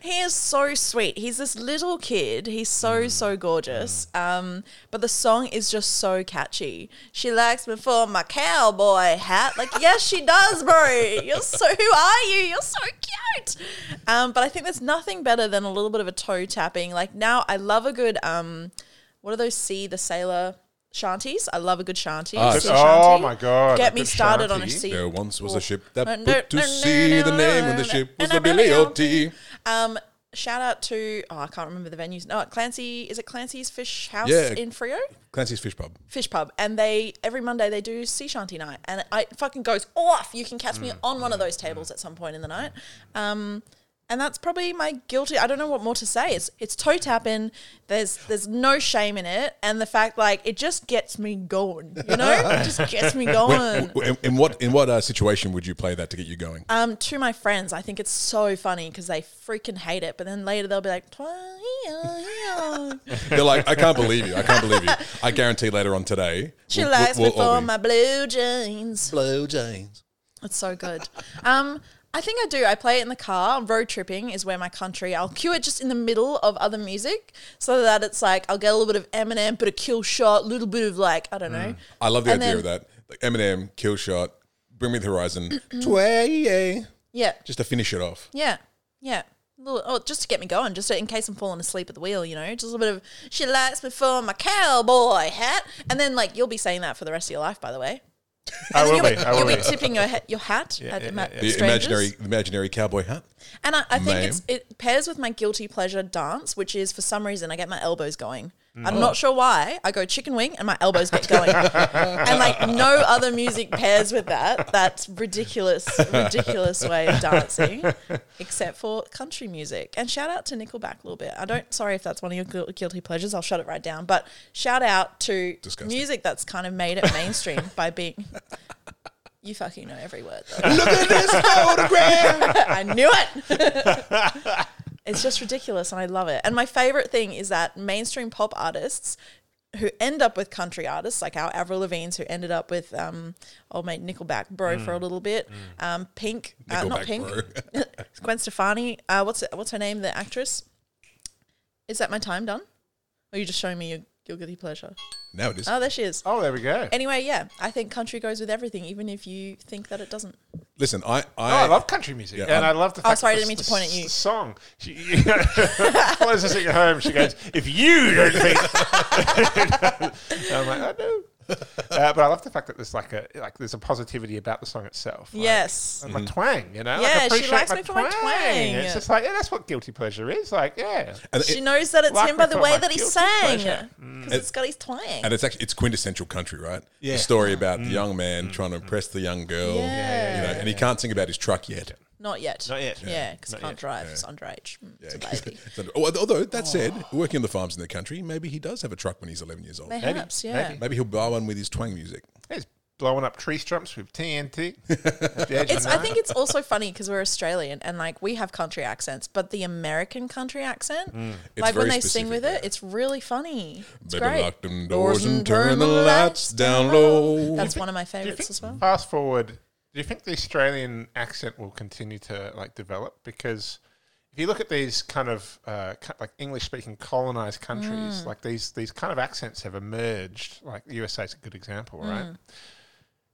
Speaker 2: He is so sweet. He's this little kid. He's so
Speaker 3: Mm.
Speaker 2: so gorgeous. Um, but the song is just so catchy. She likes me for my cowboy hat. Like yes, she does, bro. You're so who are you? You're so cute. Um, but I think there's nothing better than a little bit of a toe tapping. Like now, I love a good um, what are those? See the sailor shanties. I love a good shanty.
Speaker 1: Ah,
Speaker 2: sea
Speaker 3: Oh
Speaker 2: shanty.
Speaker 3: my God, a
Speaker 2: Get me
Speaker 3: good
Speaker 2: started on a
Speaker 3: shanty.
Speaker 2: sea.
Speaker 1: There once was a ship
Speaker 2: And
Speaker 1: that
Speaker 2: there-
Speaker 1: put to sea. The name of the ship was the Billy O.T.
Speaker 2: Um, shout out to oh, I can't remember the venues. No, Clancy is it Clancy's Fish House
Speaker 1: Yeah.
Speaker 2: in Frio?
Speaker 1: Clancy's Fish Pub.
Speaker 2: Fish Pub, and they every Monday they do sea shanty night, and I it fucking goes off. You can catch me on one of those tables at some point in the night. Um, and that's probably my guilty. I don't know what more to say. It's it's toe tapping. There's there's no shame in it, and the fact like it just gets me going. You know, it just gets me going.
Speaker 1: In, in what in what uh, situation would you play that to get you going?
Speaker 2: um, to my friends, I think it's so funny because they freaking hate it, but then later they'll be like, "Twilight."
Speaker 1: They're like, I can't believe you. I can't believe you. I guarantee later on today,
Speaker 2: she
Speaker 1: we'll-
Speaker 2: likes
Speaker 1: we'll-
Speaker 2: me
Speaker 1: we'll all
Speaker 2: for
Speaker 1: be-
Speaker 2: my blue jeans.
Speaker 1: blue jeans.
Speaker 2: It's so good. Um, I think I do. I play it in the car. Road tripping is where my country. I'll cue it just in the middle of other music so that it's like I'll get a little bit of Eminem, but a kill shot, little bit of like I don't
Speaker 3: Mm.
Speaker 2: know.
Speaker 1: I love the
Speaker 2: And
Speaker 1: idea
Speaker 2: then-
Speaker 1: of that. Like Eminem, Kill Shot, Bring Me the Horizon, Tway,
Speaker 2: Yeah,
Speaker 1: just to finish it off.
Speaker 2: yeah, yeah. Little, oh, just to get me going, just in case I'm falling asleep at the wheel, you know, just a little bit of she likes me for my cowboy hat, and then like you'll be saying that for the rest of your life, by the way.
Speaker 3: I will
Speaker 2: you'll be,
Speaker 3: be. I will
Speaker 2: you'll
Speaker 3: be.
Speaker 2: be tipping your hat, your hat at
Speaker 3: yeah,
Speaker 2: ma-
Speaker 3: yeah, yeah.
Speaker 1: The
Speaker 2: strangers.
Speaker 1: imaginary, imaginary cowboy hat.
Speaker 2: And I, I think
Speaker 1: Ma'am?
Speaker 2: it's, it pairs with my guilty pleasure dance, which is for some reason I get my elbows going.
Speaker 1: Mm.
Speaker 2: I'm not sure why. I go chicken wing and my elbows get going. and like no other music pairs with that. That's ridiculous, ridiculous way of dancing, except for country music. And shout out to Nickelback a little bit. I don't, sorry if that's one of your guil- guilty pleasures. I'll shut it right down. But shout out to
Speaker 1: Disgusting.
Speaker 2: music that's kind of made it mainstream by being. You fucking know every word. though.
Speaker 1: Look at this photograph.
Speaker 2: I knew it. it's just ridiculous and I love it. And my favorite thing is that mainstream pop artists who end up with country artists like our Avril Lavigne's who ended up with um, old mate Nickelback bro for a little bit, um, Pink, uh, not
Speaker 1: Mm. Nickelback
Speaker 2: Pink,
Speaker 1: bro.
Speaker 2: Gwen Stefani. Uh, what's what's her name? The actress. Is that my time done? Or are you just showing me your, your guilty pleasure?
Speaker 1: Now it is.
Speaker 2: Oh, there she is.
Speaker 3: Oh, there we go.
Speaker 2: Anyway, yeah, I think country goes with everything, even if you think that it doesn't.
Speaker 1: Listen, I, I,
Speaker 3: Oh, I love country music,
Speaker 1: Yeah,
Speaker 3: and i
Speaker 1: I'm-
Speaker 3: love the. Fact
Speaker 2: Oh, sorry, I
Speaker 3: that
Speaker 2: didn't
Speaker 3: the-
Speaker 2: mean to point at
Speaker 3: the
Speaker 2: you.
Speaker 3: Song. She follows us at your home. She goes, "If you don't think," And I'm like, "I know." Uh, but I love the fact that there's like a like there's a positivity about the song itself. Like,
Speaker 2: yes.
Speaker 1: Um,
Speaker 3: and my twang, you know.
Speaker 2: Yeah, she
Speaker 3: like appreciate
Speaker 2: likes me for my twang.
Speaker 3: It's just like yeah, that's what guilty pleasure is. Like yeah,
Speaker 1: and,
Speaker 2: She
Speaker 1: it,
Speaker 2: knows that it's
Speaker 3: Like
Speaker 2: him by
Speaker 3: we
Speaker 2: the
Speaker 3: thought
Speaker 2: way
Speaker 3: my
Speaker 2: that he
Speaker 3: guilty
Speaker 2: sang.
Speaker 3: pleasure.
Speaker 1: Mm.
Speaker 2: Because it's got his twang.
Speaker 1: and it's actually it's quintessential country, right? Yeah. The story about
Speaker 3: Mm.
Speaker 1: the young man trying to impress the young girl,
Speaker 2: Yeah. Yeah, yeah,
Speaker 1: you know, and he can't sing about his truck yet.
Speaker 2: Not yet.
Speaker 3: Not yet.
Speaker 2: Yeah, because
Speaker 3: Not
Speaker 2: can't
Speaker 3: yet.
Speaker 2: drive. It's underage. Mm, It's a baby.
Speaker 1: So- Although that said,
Speaker 2: Oh.
Speaker 1: working on the farms in the country, maybe he does have a truck when he's 11 years old. Maybe,
Speaker 2: Perhaps, yeah.
Speaker 3: maybe.
Speaker 1: he'll buy one with his twang music.
Speaker 3: he's blowing up tree stumps with TNT. At the age of
Speaker 2: It's, I
Speaker 3: nine.
Speaker 2: think it's also funny because we're Australian and like we have country accents, but the American country accent, like when
Speaker 1: Mm. very
Speaker 2: they sing with
Speaker 1: specific,
Speaker 2: it, it's really funny. It's
Speaker 1: Better
Speaker 2: great.
Speaker 1: lock them doors and turn the lights down low.
Speaker 2: That's one of my
Speaker 3: Do you
Speaker 2: favorites
Speaker 3: think-
Speaker 2: as well.
Speaker 3: Fast forward. Do you think the Australian accent will continue to like develop? Because if you look at these kind of uh, cu- like English-speaking colonized
Speaker 2: Mm.
Speaker 3: countries, like these these kind of accents have emerged. Like the USA is a good example,
Speaker 2: Mm.
Speaker 3: right? Do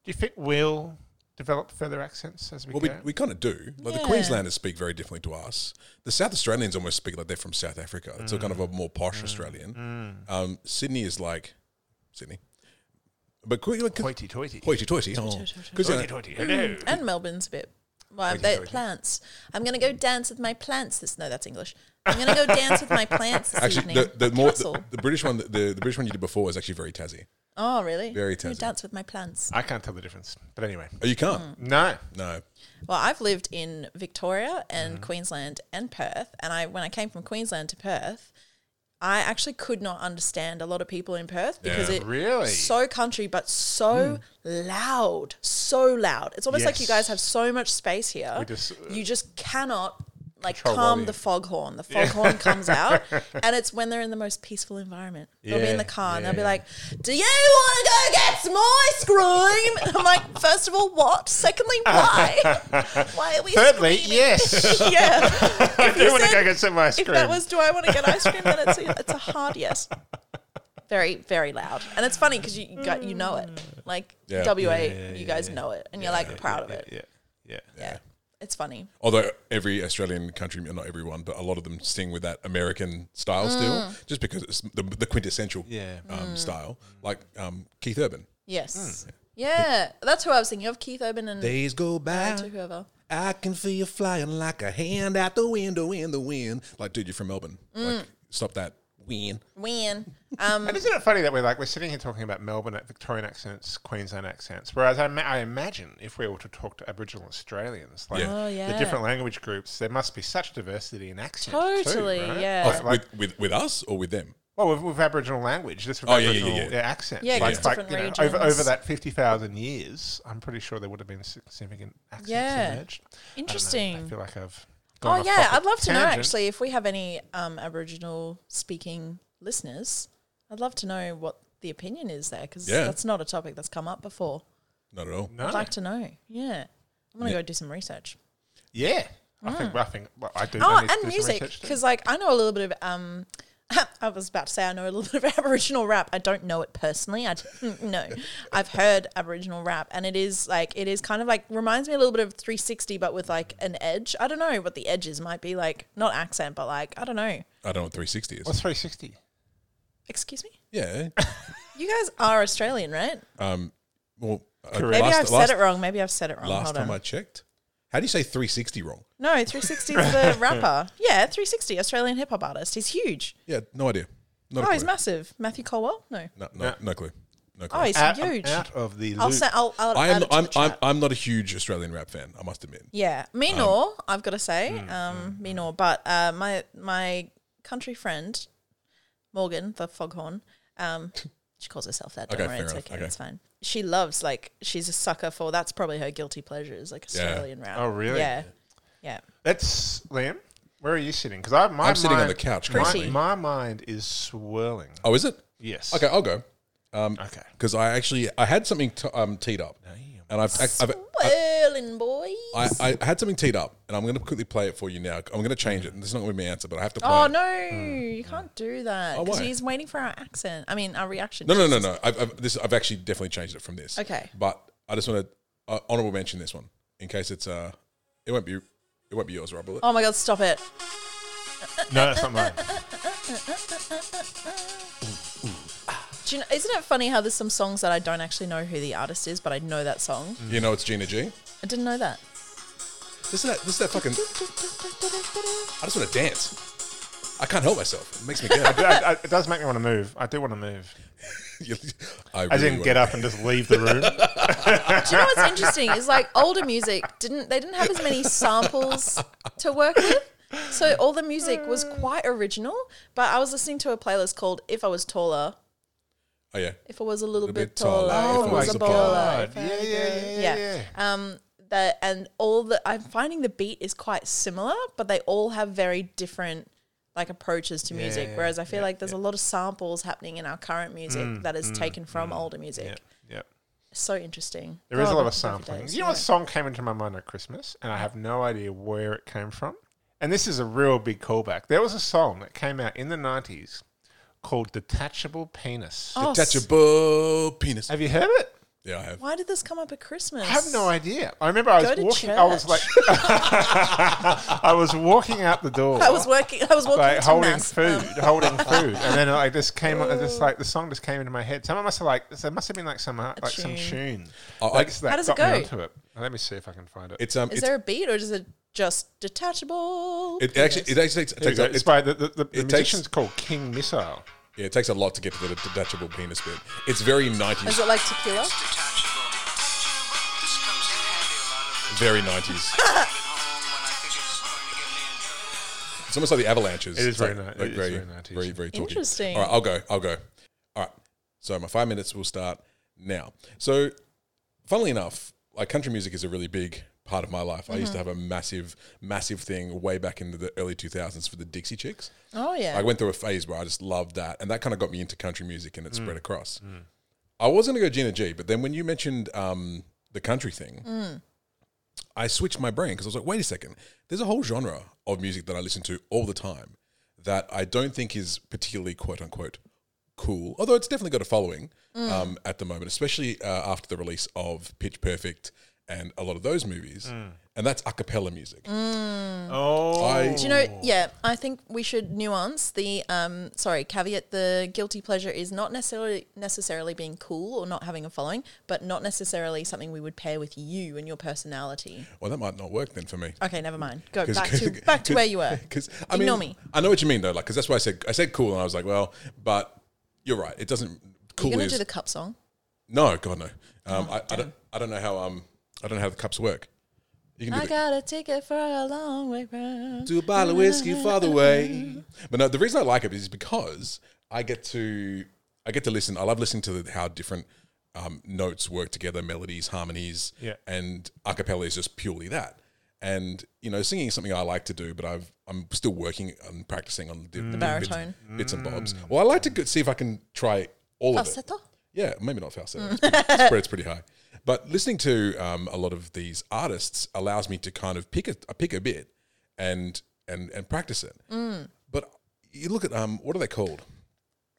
Speaker 3: you think we'll develop further accents as we
Speaker 1: Well, we,
Speaker 3: go?
Speaker 1: we kind of do. Like
Speaker 2: Yeah.
Speaker 1: the Queenslanders speak very differently to us. The South Australians almost speak like they're from South Africa. It's a kind of a more posh Australian. Um, Sydney is like Sydney, but que- like, Oh.
Speaker 3: Hoity-toity.
Speaker 1: hoity toity. Because
Speaker 3: Hoity-toity. Hello.
Speaker 2: And Melbourne's a bit. Well, they, plants. I'm going to go dance with my plants. This, no, that's English. I'm going to go dance with my plants this
Speaker 1: actually,
Speaker 2: evening.
Speaker 1: the, the more
Speaker 2: Castle.
Speaker 1: the, the British one, the, the British one you did before was actually very Tassie.
Speaker 2: Oh, really?
Speaker 1: Very
Speaker 2: Can you
Speaker 1: tasty.
Speaker 2: dance with my plants.
Speaker 3: I can't tell the difference, but anyway,
Speaker 1: Oh, you can't.
Speaker 3: no.
Speaker 1: No,
Speaker 2: Well, I've lived in Victoria and Queensland and Perth, and I when I came from Queensland to Perth, I actually could not understand a lot of people in Perth because
Speaker 1: Yeah.
Speaker 2: it
Speaker 3: Really? Hmm.
Speaker 2: so country but so loud, so loud. It's almost like you
Speaker 3: Yes.
Speaker 2: guys have so much space here.
Speaker 3: just- uh,
Speaker 2: you just cannot like
Speaker 3: Control
Speaker 2: calm
Speaker 3: volume.
Speaker 2: the foghorn. The foghorn comes out, and it's when they're in the most peaceful environment. They'll be in
Speaker 3: Yeah,
Speaker 2: the car and
Speaker 3: yeah,
Speaker 2: they'll be
Speaker 3: yeah.
Speaker 2: like, "Do you want to go get some ice cream?" And I'm like, first of all, what? Secondly, why? why are we?
Speaker 3: Thirdly,
Speaker 2: screaming?"
Speaker 3: yes.
Speaker 2: yeah.
Speaker 3: I do
Speaker 2: you
Speaker 3: want to
Speaker 2: said-
Speaker 3: go get some ice
Speaker 2: If
Speaker 3: cream.
Speaker 2: that was, do I want to get ice cream? Then it's a, it's a hard yes. Very, very loud, and it's funny because you you got you know it, like
Speaker 1: Yeah.
Speaker 2: WA,
Speaker 3: Mm. yeah,
Speaker 2: you guys know it, and you're like proud of it.
Speaker 3: yeah, yeah.
Speaker 2: Yeah. it's funny.
Speaker 1: Although every Australian country, not everyone, but a lot of them sing with that American style still, just because it's the, the quintessential
Speaker 3: Yeah.
Speaker 1: um, style. Like um, Keith Urban.
Speaker 3: Hmm.
Speaker 2: Yes, yeah, that's who I was thinking of, Keith Urban and
Speaker 1: Days go by,
Speaker 2: to whoever.
Speaker 1: I can feel you flying like a hand out the window in the wind. Like, dude, you're from Melbourne. Like, stop that. Win.
Speaker 2: When um,
Speaker 3: And isn't it funny that we're like we're sitting here talking about Melbourne Victorian accents, Queensland accents, whereas I, ma- I imagine if we were to talk to Aboriginal Australians, like
Speaker 1: Yeah. Oh,
Speaker 2: yeah.
Speaker 3: the different language groups, there must be such diversity in accent.
Speaker 2: Totally,
Speaker 3: too, right?
Speaker 2: yeah.
Speaker 3: Like- like-
Speaker 1: Oh, with, with, with us or with them?
Speaker 3: well, with, with Aboriginal language, just with
Speaker 1: Oh, yeah, yeah,
Speaker 3: Aboriginal
Speaker 1: yeah, yeah.
Speaker 3: yeah, accent.
Speaker 2: Yeah, 'cause
Speaker 3: like, like,
Speaker 2: different
Speaker 3: you know, over,
Speaker 2: regions.
Speaker 3: over that fifty thousand years, I'm pretty sure there would have been significant accents
Speaker 2: Yeah.
Speaker 3: emerged. I don't know. I
Speaker 2: Interesting.
Speaker 3: feel like I've. Gone
Speaker 2: oh
Speaker 3: off
Speaker 2: yeah,
Speaker 3: topic
Speaker 2: I'd love to know
Speaker 3: tangent.
Speaker 2: actually if we have any um, Aboriginal speaking listeners. I'd love to know what the opinion is there because
Speaker 1: Yeah.
Speaker 2: that's not a topic that's come up before.
Speaker 1: Not at all.
Speaker 3: No.
Speaker 2: I'd like to know. Yeah, I'm gonna go do some research.
Speaker 3: Yeah. I think. I think. well, I do. I
Speaker 2: Mm. Oh,
Speaker 3: need to
Speaker 2: and
Speaker 3: do some
Speaker 2: music
Speaker 3: research too.
Speaker 2: because like I know a little bit of um. I was about to say I know a little bit of Aboriginal rap. I don't know it personally. I d- no, I've heard Aboriginal rap, and it is like it is kind of like reminds me a little bit of 360, but with like an edge. I don't know what the edges might be like, not accent, but like I don't know.
Speaker 1: I don't know what 360 is.
Speaker 3: What's 360?
Speaker 2: Excuse me,
Speaker 1: yeah.
Speaker 2: you guys are Australian, right?
Speaker 1: Well, uh,
Speaker 3: Correct.
Speaker 2: Maybe
Speaker 1: last-
Speaker 2: I've
Speaker 1: last-
Speaker 2: said it wrong. Maybe I've said it wrong.
Speaker 1: Last
Speaker 2: Hold
Speaker 1: time
Speaker 2: on.
Speaker 1: I checked, how do you say 360 wrong?
Speaker 2: no, 360 is the rapper. Yeah, 360, Australian hip hop artist. He's huge.
Speaker 1: Yeah, no idea. Not a
Speaker 2: Oh, he's
Speaker 1: clue.
Speaker 2: massive. Matthew Colwell. No.
Speaker 1: No, no,
Speaker 3: Yeah. um,
Speaker 1: no clue. No clue.
Speaker 2: Oh, he's
Speaker 3: Out-
Speaker 2: huge.
Speaker 3: Out of the
Speaker 2: I'll
Speaker 3: loop.
Speaker 2: say I'll, I'll
Speaker 1: I
Speaker 2: add
Speaker 1: am.
Speaker 2: it to
Speaker 1: I'm,
Speaker 2: the
Speaker 1: I'm.
Speaker 2: chat.
Speaker 1: I'm not a huge Australian rap fan. I must admit.
Speaker 2: yeah, me
Speaker 1: Um,
Speaker 2: nor I've got to say,
Speaker 1: mm,
Speaker 2: um, me nor. But uh, my my country friend Morgan, the foghorn, um, she calls herself that. Don't
Speaker 1: Okay,
Speaker 2: worry,
Speaker 1: fair
Speaker 2: it's
Speaker 1: enough.
Speaker 2: okay,
Speaker 1: Okay.
Speaker 2: it's fine. She loves like she's a sucker for. That's probably her guilty pleasure is like
Speaker 1: Yeah.
Speaker 2: Australian rap.
Speaker 3: Oh, really?
Speaker 2: Yeah, yeah.
Speaker 3: That's Liam. Where are you sitting? Because I'm
Speaker 1: I'm sitting on the couch
Speaker 3: My,
Speaker 1: currently.
Speaker 3: my mind is swirling.
Speaker 1: Oh, is it?
Speaker 3: Yes.
Speaker 1: Okay, I'll go
Speaker 3: Okay.
Speaker 1: because I actually I had something t- um, teed up, and I've, I- I've
Speaker 2: Whirling boy.
Speaker 1: Uh, I, I had something teed up, and I'm going to quickly play it for you now. I'm going to change it. and This is not going to be my answer, but I have to play.
Speaker 2: Oh
Speaker 1: it.
Speaker 2: no, you can't do that
Speaker 1: Mm. Oh,
Speaker 2: because
Speaker 1: why?
Speaker 2: he's waiting for our accent. I mean, our reaction.
Speaker 1: No, no, no, no. I've, I've, this, I've actually definitely changed it from this.
Speaker 2: Okay.
Speaker 1: But I just want to uh, honorable mention this one in case it's uh, it won't be, it won't be yours, Rob. will it?
Speaker 2: Oh my god, stop it!
Speaker 3: No, that's not mine.
Speaker 2: Do you know, isn't it funny how there's some songs that I don't actually know who the artist is, but I know that song?
Speaker 1: You know, it's Gina G.
Speaker 2: I didn't know that.
Speaker 1: This is that. This is that fucking. I just want to dance. I can't help myself. It makes me get.
Speaker 3: I, I, I- it does make me want to move. I do want to move.
Speaker 1: I
Speaker 3: I
Speaker 1: really
Speaker 3: didn't
Speaker 1: wanna-
Speaker 3: get up and just leave the room.
Speaker 2: Do you know what's interesting? Is like older music didn't they didn't have as many samples to work with. So all the music was quite original, but I was listening to a playlist called If I Was Taller,
Speaker 1: Oh yeah.
Speaker 2: If I Was a Little
Speaker 1: Little
Speaker 2: Bit
Speaker 1: Bit Taller,
Speaker 2: Taller, Oh If I Was a Baller. if I-
Speaker 3: Yeah, yeah, yeah,
Speaker 2: Yeah.
Speaker 3: yeah.
Speaker 2: Um that and all the I'm finding the beat is quite similar, but they all have very different like approaches to music.
Speaker 3: yeah, Mm.
Speaker 2: Whereas I feel like there's a lot of samples happening in our current music that is taken from older music.
Speaker 3: yeah. Yep.
Speaker 2: So interesting.
Speaker 3: There is
Speaker 2: God,
Speaker 3: a lot of
Speaker 2: happy
Speaker 3: sampling.
Speaker 2: days,
Speaker 3: You know what song came into my mind at Christmas, and I have no idea where it came from. And this is a real big callback. There was a song that came out in the '90s called "Detachable Penis."
Speaker 2: Oh, s-
Speaker 1: Detachable penis.
Speaker 3: Have you heard it?
Speaker 1: Yeah, I have.
Speaker 2: Why did this come up at Christmas?
Speaker 3: I have no idea. I remember I
Speaker 2: Go
Speaker 3: was
Speaker 2: to
Speaker 3: walking. I was
Speaker 2: church.
Speaker 3: like, I was walking out the door,
Speaker 2: I was working. I was walking
Speaker 3: like
Speaker 2: to
Speaker 3: holding
Speaker 2: mass.
Speaker 3: food, holding food, and then like this came, on- just like the song just came into my head. Someone must have like there must have been like some uh, like some tune.
Speaker 1: Oh, I-
Speaker 3: like, so that
Speaker 2: How does it
Speaker 3: got
Speaker 2: go?
Speaker 3: Me onto it. Let me see if I can find it.
Speaker 1: It's um.
Speaker 2: Is
Speaker 1: It's,
Speaker 2: there a beat or is it just detachable?
Speaker 1: it actually. It actually takes,
Speaker 3: Here we
Speaker 1: takes
Speaker 3: go.
Speaker 1: a,
Speaker 3: it's
Speaker 1: it,
Speaker 3: by the, the, the, the
Speaker 1: takes-
Speaker 3: musician's called King Missile.
Speaker 1: yeah, it takes a lot to get to the detachable penis bit. It's very
Speaker 2: is
Speaker 1: nineties.
Speaker 2: it like tequila?
Speaker 5: detachable. This comes in handy a lot of the
Speaker 1: Very nineties.
Speaker 5: time at home when I think it's going to get me in trouble.
Speaker 1: It's almost like the Avalanches.
Speaker 3: It is
Speaker 1: It's like-
Speaker 3: very ni-
Speaker 1: like
Speaker 3: it is
Speaker 1: very,
Speaker 3: very 90s.
Speaker 1: very, very talky.
Speaker 2: Interesting.
Speaker 1: All right, I'll go. I'll go. All right. So my five minutes will start now. So, funnily enough, like country music is a really big part of my life. I used
Speaker 2: Mm-hmm.
Speaker 1: to have a massive, massive thing way back into the early 2000s for the Dixie Chicks.
Speaker 2: Oh yeah.
Speaker 1: I went through a phase where I just loved that, and that kind of got me into country music, and it spread across. I was going to go Gina G, but then when you mentioned um, the country thing,
Speaker 2: Mm.
Speaker 1: I switched my brain because I was like, wait a second, there's a whole genre of music that I listen to all the time that I don't think is particularly quote unquote cool, although it's definitely got a following
Speaker 2: Mm.
Speaker 1: um, at the moment, especially uh, after the release of Pitch Perfect and a lot of those movies, and that's a cappella music.
Speaker 3: Oh,
Speaker 1: I-
Speaker 2: Mm. Do you know? Yeah, I think we should nuance the um. Sorry, caveat: the guilty pleasure is not necessarily necessarily being cool or not having a following, but not necessarily something we would pair with you and your personality.
Speaker 1: Well, that might not work then for me.
Speaker 2: Okay, never mind. Go
Speaker 1: 'Cause-
Speaker 2: back to back to where you were.
Speaker 1: Because I
Speaker 2: Ignore
Speaker 1: mean,
Speaker 2: me.
Speaker 1: I know what you mean though, like because that's why I said I said cool, and I was like, well, but you're right. It doesn't
Speaker 2: You're
Speaker 1: cool
Speaker 2: gonna
Speaker 1: is
Speaker 2: do the Oh, cup song.
Speaker 1: no, God no. Um, I, I don't I don't know how um I don't know how the cups work. You can do
Speaker 2: I
Speaker 1: the-
Speaker 2: got a ticket for a long way round.
Speaker 1: do a bottle of whiskey far away. But no, the reason I like it is because I get to I get to listen. I love listening to the, how different um, notes work together, melodies, harmonies,
Speaker 3: Yeah.
Speaker 1: and a cappella is just purely that. And you know, singing is something I like to do, but I've I'm still working and practicing on the, the
Speaker 2: baritone.
Speaker 1: bits, bits and bobs. Well, I like to go, see if I can try all of it.
Speaker 2: Falsetto?
Speaker 1: Yeah, maybe not falsetto. It's pretty- spread's pretty high. But listening to um, a lot of these artists allows me to kind of pick a I pick a bit and and and practice it. But you look at um, what are they called?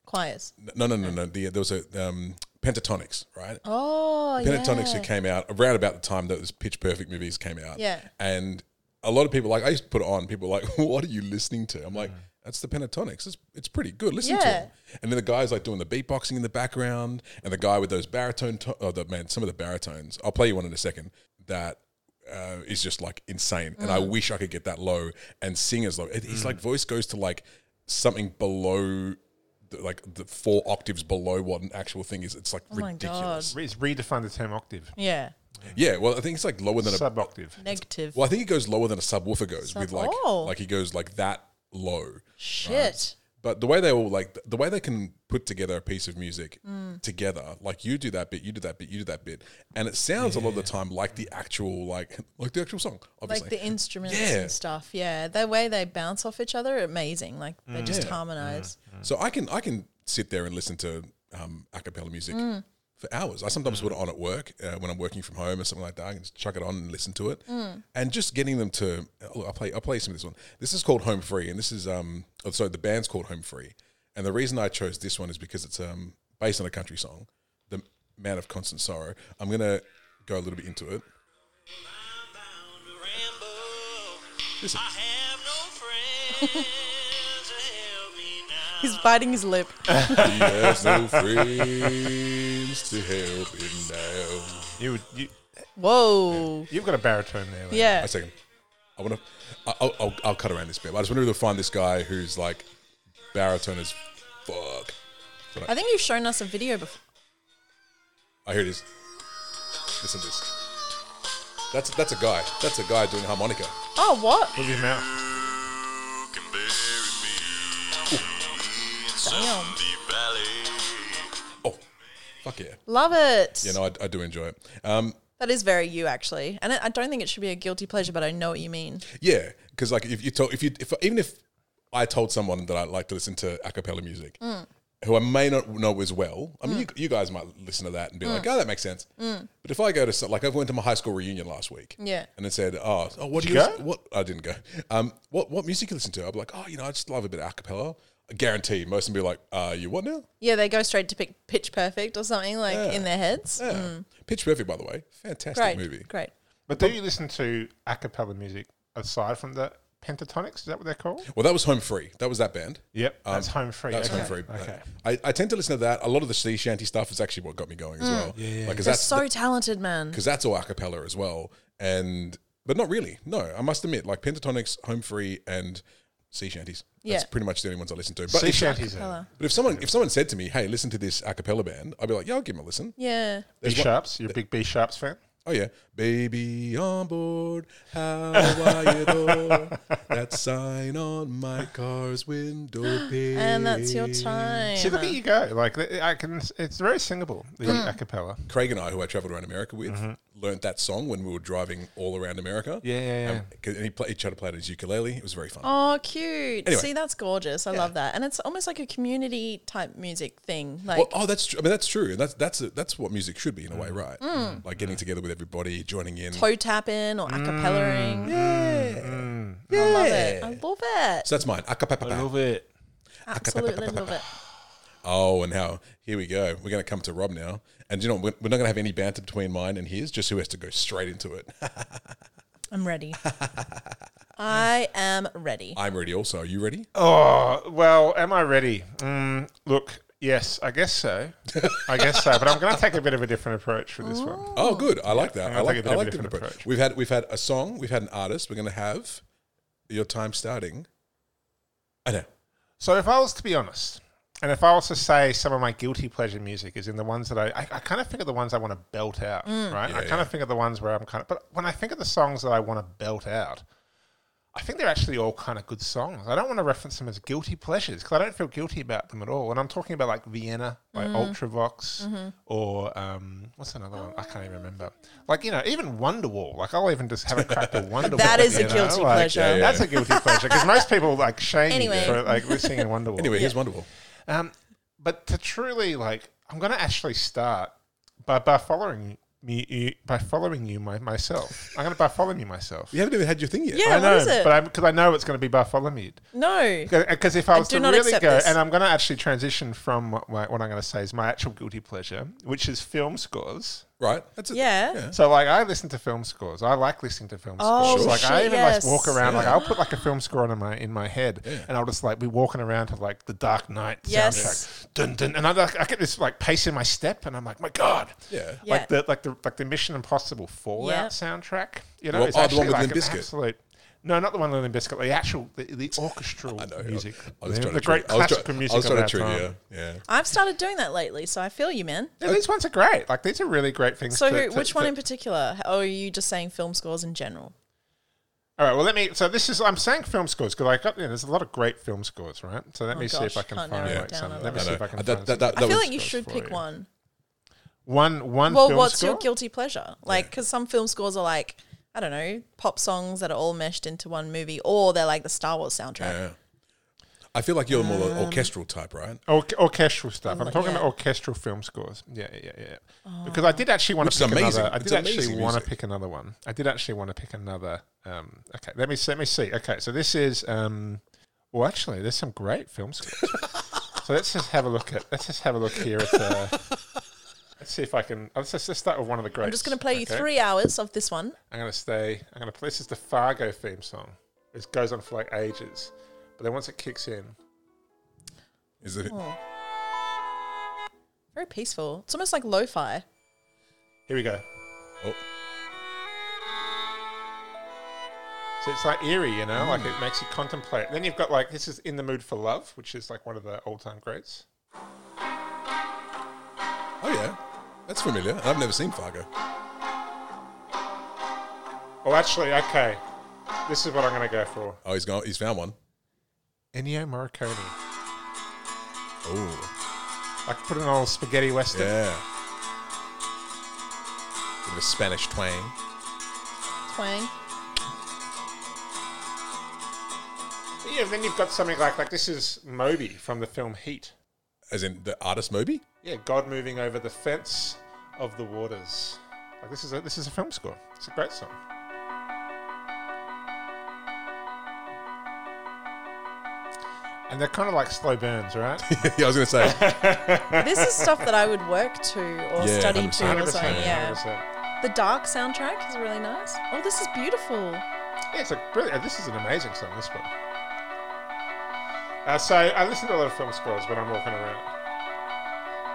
Speaker 2: Choirs.
Speaker 1: No, no, no, no. The, there was a um, pentatonics, right?
Speaker 2: Oh,
Speaker 1: Pentatonics
Speaker 2: yeah.
Speaker 1: who came out around about the time that this Pitch Perfect movies came out.
Speaker 2: Yeah.
Speaker 1: And a lot of people like I used to put it on. People were like, "What are you listening to?" I'm like, "That's the Pentatonics. It's, it's pretty good. Listen to
Speaker 2: Yeah.
Speaker 1: it." And then the guy's like doing the beatboxing in the background, and the guy with those baritone, to- oh, the man, some of the baritones. I'll play you one in a second. That uh, is just like insane, and
Speaker 2: Mm.
Speaker 1: I wish I could get that low and sing as low. It, His like voice goes to like something below. the- Like the four octaves below what an actual thing is, it's like
Speaker 2: Oh my
Speaker 1: ridiculous.
Speaker 3: Re- it's redefined the term octave,
Speaker 2: Yeah.
Speaker 1: Yeah, well, I think it's like lower than a.
Speaker 3: sub octave.
Speaker 2: Negative.
Speaker 1: Well, I think it goes lower than a subwoofer goes with like
Speaker 2: Oh.
Speaker 1: like he goes like that low.
Speaker 2: Shit.
Speaker 1: But the way they all like the way they can put together a piece of music
Speaker 2: Mm.
Speaker 1: together, like you do that bit, you do that bit, you do that bit, and it sounds a lot of the time like the actual like like the actual song, obviously.
Speaker 2: Like the instruments
Speaker 1: Yeah.
Speaker 2: and stuff. Yeah. The way they bounce off each other, amazing. Like they just
Speaker 1: Mm.
Speaker 2: harmonize.
Speaker 1: so I can I can sit there and listen to um, a cappella music for hours. I sometimes put it on at work uh, when I'm working from home or something like that. I can just chuck it on and listen to it, and just getting them to. Oh, I'll play. I'll play some of this one. This is called Home Free, and this is um. Oh, sorry, the band's called Home Free, and the reason I chose this one is because it's um based on a country song, "The Man of Constant Sorrow." I'm gonna go a little bit into it.
Speaker 5: I'm bound to ramble.
Speaker 1: Listen.
Speaker 5: I have no friends to help me now.
Speaker 2: He's biting his lip.
Speaker 1: he has no friends to help him now.
Speaker 3: You, you,
Speaker 2: Whoa.
Speaker 3: you've got a baritone there. Like.
Speaker 2: Yeah.
Speaker 1: a second. I want to. I'll, I'll, I'll cut around this bit. But I just wanted to find this guy who's like baritone as fuck.
Speaker 2: I think you've shown us a video before.
Speaker 1: I hear Oh, it is. Listen to this. That's that's a guy. That's a guy doing harmonica.
Speaker 2: Oh, what?
Speaker 3: Move your mouth.
Speaker 2: Damn.
Speaker 1: Oh, fuck yeah.
Speaker 2: Love it.
Speaker 1: Yeah, no, I, I do enjoy it. Um,
Speaker 2: that is very you, actually. And I I don't think it should be a guilty pleasure, but I know what you mean.
Speaker 1: yeah, because like if you told, if you, if even if I told someone that I like to listen to a cappella music, who I may not know as well. I mean, you, you guys might listen to that and be like, "Oh, that makes sense." But if I go to so- like, I went to my high school reunion last week,
Speaker 2: Yeah.
Speaker 1: and it said, "Oh, oh what do
Speaker 3: Did
Speaker 1: you
Speaker 3: you
Speaker 1: listen-
Speaker 3: go?
Speaker 1: what?" I didn't go. Um, what what music you listen to? I'd be like, "Oh, you know, I just love a bit of acapella." I guarantee most of them be like, "Uh, you what now?"
Speaker 2: Yeah, they go straight to pick Pitch Perfect or something like
Speaker 1: Yeah.
Speaker 2: in their heads. Mm.
Speaker 1: Yeah. Pitch Perfect, by the way, fantastic
Speaker 2: Great.
Speaker 1: movie.
Speaker 2: Great.
Speaker 3: But do you listen to a cappella music aside from the pentatonics? Is that what they're called?
Speaker 1: Well, that was Home Free. That was that band.
Speaker 3: Yep, that's home free.
Speaker 1: Um, That's
Speaker 3: okay.
Speaker 1: Home Free.
Speaker 3: Okay.
Speaker 1: I, I tend to listen to that. A lot of the sea shanty stuff is actually what got me going as well. Yeah, yeah. Like, 'cause
Speaker 2: They're
Speaker 1: that's
Speaker 2: Mm. so talented, man.
Speaker 1: because that's all a cappella as well. And but not really. No, I must admit, like pentatonics, home free, and sea shanties.
Speaker 2: Yeah.
Speaker 1: That's pretty much the only ones I listen to. But,
Speaker 3: Sea
Speaker 1: if,
Speaker 3: shanties.
Speaker 2: Acapella.
Speaker 1: but if someone if someone said to me, "Hey, listen to this a cappella band," I'd be like, "Yeah, I'll give them a listen."
Speaker 2: Yeah.
Speaker 3: B sharps. You're a big B sharps fan.
Speaker 1: Oh yeah, baby on board. How are you? though? that sign on my car's window pane.
Speaker 2: And uh, that's your time.
Speaker 3: See, look at you go. Like th- I can, it's very singable. The a cappella.
Speaker 1: Craig and I, who I travelled around America with, learnt that song when we were driving all around America.
Speaker 3: Mm-hmm. Yeah, yeah, yeah.
Speaker 1: Um, 'cause- and he, play, he tried to play it on his ukulele. It was very fun.
Speaker 2: Oh, cute.
Speaker 1: Anyway.
Speaker 2: See, that's gorgeous. I love that. And it's almost like a community type music thing. Like,
Speaker 1: Well, oh, that's true. I mean, that's true. And that's that's that's what music should be in a
Speaker 3: Mm.
Speaker 1: way, right?
Speaker 2: Mm.
Speaker 1: Like getting together with everybody, joining in.
Speaker 2: toe tapping or
Speaker 3: Mm,
Speaker 2: acapella-ing.
Speaker 1: Yeah.
Speaker 2: I love it. I love it.
Speaker 1: So that's mine. Acapella.
Speaker 3: it.
Speaker 2: Absolutely love it.
Speaker 1: Oh, and how? Here we go. We're going to come to Rob now. And you know, we're, we're not going to have any banter between mine and his. Just who has to go straight into it.
Speaker 2: I'm ready. I am ready.
Speaker 1: I'm ready. Also, are you ready?
Speaker 3: Oh well, am I ready? Mm, look, yes, I guess so. I guess so. But I'm going to take a bit of a different approach for this one.
Speaker 1: Oh, good. I like that.
Speaker 3: I'm
Speaker 1: I
Speaker 3: gonna
Speaker 1: like.
Speaker 3: take a bit
Speaker 1: I
Speaker 3: of a
Speaker 1: like the
Speaker 3: different
Speaker 1: approach.
Speaker 3: approach.
Speaker 1: We've had we've had a song. We've had an artist. We're going to have your time starting. I know.
Speaker 3: So if I was to be honest, and if I was to say some of my guilty pleasure music is in the ones that I, I, I kind of think of the ones I want to belt out,
Speaker 2: Mm.
Speaker 3: right? I kind
Speaker 1: yeah.
Speaker 3: of think of the ones where I'm kind of, but when I think of the songs that I want to belt out, I think they're actually all kind of good songs. I don't want to reference them as guilty pleasures because I don't feel guilty about them at all. And I'm talking about like Vienna by
Speaker 2: Mm-hmm.
Speaker 3: Ultravox or um, what's another one? I can't even remember. Like, you know, even Wonderwall. Like, I'll even just have a crack at Wonderwall.
Speaker 2: That is a
Speaker 3: you know?
Speaker 2: guilty
Speaker 3: Like,
Speaker 2: pleasure.
Speaker 1: Yeah, yeah.
Speaker 3: That's a guilty pleasure because most people like shame
Speaker 2: Anyway.
Speaker 3: you for like listening in Wonderwall.
Speaker 1: Anyway, here's wonderful.
Speaker 3: Um, but to truly like, I'm going to actually start by by following me you, by following you my, myself. I'm going to by following you myself.
Speaker 1: You haven't even had your thing yet.
Speaker 2: Yeah,
Speaker 3: I know,
Speaker 2: what is it?
Speaker 3: but I'm because I know it's going to be by following you.
Speaker 2: no.
Speaker 3: Because if I was
Speaker 2: do
Speaker 3: to
Speaker 2: not
Speaker 3: really
Speaker 2: accept
Speaker 3: go,
Speaker 2: this.
Speaker 3: and I'm going to actually transition from what, my, what I'm going to say is my actual guilty pleasure, which is film scores.
Speaker 1: Right. That's it.
Speaker 2: Yeah.
Speaker 3: So like I listen to film scores. I like listening to film
Speaker 2: Oh,
Speaker 3: scores. Like I
Speaker 2: shit,
Speaker 3: even
Speaker 2: yes.
Speaker 3: like walk around. Like I'll put like a film score on in my in my head, and I'll just like be walking around to like the Dark Knight
Speaker 2: Yes.
Speaker 3: soundtrack. Dun, dun, and I like, I get this like pace in my step, and I'm like, my god,
Speaker 1: Yeah.
Speaker 2: Yeah.
Speaker 3: Like the like the like the Mission Impossible Fallout
Speaker 2: Yeah.
Speaker 3: soundtrack. You know,
Speaker 1: Well,
Speaker 3: it's
Speaker 1: oh, the
Speaker 3: actually
Speaker 1: one with
Speaker 3: like
Speaker 1: Limp
Speaker 3: an
Speaker 1: Bizkit.
Speaker 3: absolute. No, not the one with Limp Bizkit. The actual, the, the orchestral
Speaker 1: I know.
Speaker 3: music,
Speaker 1: I was
Speaker 3: the,
Speaker 1: trying
Speaker 3: the
Speaker 1: to
Speaker 3: great
Speaker 1: treat- I was
Speaker 3: classical
Speaker 1: trying-
Speaker 3: music
Speaker 1: I was
Speaker 3: of
Speaker 1: trying
Speaker 3: our
Speaker 1: to treat
Speaker 3: time.
Speaker 1: you. Yeah.
Speaker 2: I've started doing that lately, so I feel you, man.
Speaker 3: Yeah, these ones are great. Like these are really great things.
Speaker 2: So,
Speaker 3: to-
Speaker 2: who,
Speaker 3: to-
Speaker 2: which one
Speaker 3: to-
Speaker 2: in particular? Oh, are you just saying film scores in general?
Speaker 3: All right. Well, let me. So this is. I'm saying film scores because I got. You know, there's a lot of great film scores, right? So let me see if
Speaker 2: Oh, gosh,
Speaker 3: I can
Speaker 2: can't
Speaker 3: find
Speaker 2: narrow it
Speaker 3: like
Speaker 2: down
Speaker 3: some.
Speaker 2: at
Speaker 3: Let me
Speaker 1: all.
Speaker 3: see
Speaker 1: I
Speaker 3: if I
Speaker 1: know.
Speaker 3: can
Speaker 1: That- that-
Speaker 3: find some.
Speaker 1: that-
Speaker 2: I feel
Speaker 1: was
Speaker 2: like you
Speaker 3: scores
Speaker 2: should
Speaker 3: for
Speaker 2: pick
Speaker 3: you.
Speaker 2: one.
Speaker 3: one. One.
Speaker 2: Well,
Speaker 3: film
Speaker 2: what's
Speaker 3: score?
Speaker 2: your guilty pleasure? Like, because some film scores are like, I don't know, pop songs that are all meshed into one movie, or they're like the Star Wars soundtrack.
Speaker 1: Yeah. I feel like you're more
Speaker 2: Um,
Speaker 1: the orchestral type, right?
Speaker 3: Or- orchestral stuff. I'm
Speaker 2: like,
Speaker 3: talking
Speaker 2: yeah.
Speaker 3: about orchestral film scores. Yeah, yeah, yeah. yeah.
Speaker 2: Oh.
Speaker 3: Because I did actually want
Speaker 1: Which is
Speaker 3: to pick
Speaker 1: amazing.
Speaker 3: another. I
Speaker 1: It's
Speaker 3: did actually
Speaker 1: amazing
Speaker 3: want to
Speaker 1: music.
Speaker 3: pick another one. I did actually want to pick another. Um, okay, let me see- let me see. Okay, so this is. Um, well, actually, there's some great film scores. so let's just have a look at. Let's just have a look here at the. Let's see if I can. Let's just let's start with one of the greats.
Speaker 2: I'm just going to play you
Speaker 3: okay?
Speaker 2: three hours of this one.
Speaker 3: I'm gonna stay. I'm gonna play. This is the Fargo theme song. It goes on for like ages, but then once it kicks in,
Speaker 1: Is it?
Speaker 2: Oh. Very peaceful. It's almost like lo fi.
Speaker 3: here we go.
Speaker 1: Oh.
Speaker 3: So it's like eerie, you know, like it makes you contemplate. Then you've got like this is in the mood for love, which is like one of the all-time greats.
Speaker 1: Oh yeah, that's familiar. I've never seen Fargo.
Speaker 3: Well, Oh, actually, okay, this is what I'm gonna go for.
Speaker 1: Oh, he's gone. He's found one.
Speaker 3: Ennio Morricone,
Speaker 1: Oh,
Speaker 3: like put an old spaghetti western.
Speaker 1: yeah. Bit of a Spanish twang.
Speaker 2: Twang.
Speaker 3: But yeah, then you've got something like like this is Moby from the film Heat.
Speaker 1: As in the artist Moby?
Speaker 3: Yeah, God moving over the fence of the waters. Like this is a this is a film score. It's a great song. And they're kind of like slow burns, right?
Speaker 1: yeah, I was going to say.
Speaker 2: This is stuff that I would work to or
Speaker 1: Yeah,
Speaker 2: study to or
Speaker 1: 100%,
Speaker 2: something. Yeah.
Speaker 3: 100%.
Speaker 2: The Dark soundtrack is really nice. Oh, this is beautiful.
Speaker 3: Yeah, it's a brilliant. This is an amazing song. This one. Uh, so I listen to a lot of film scores when I'm walking around.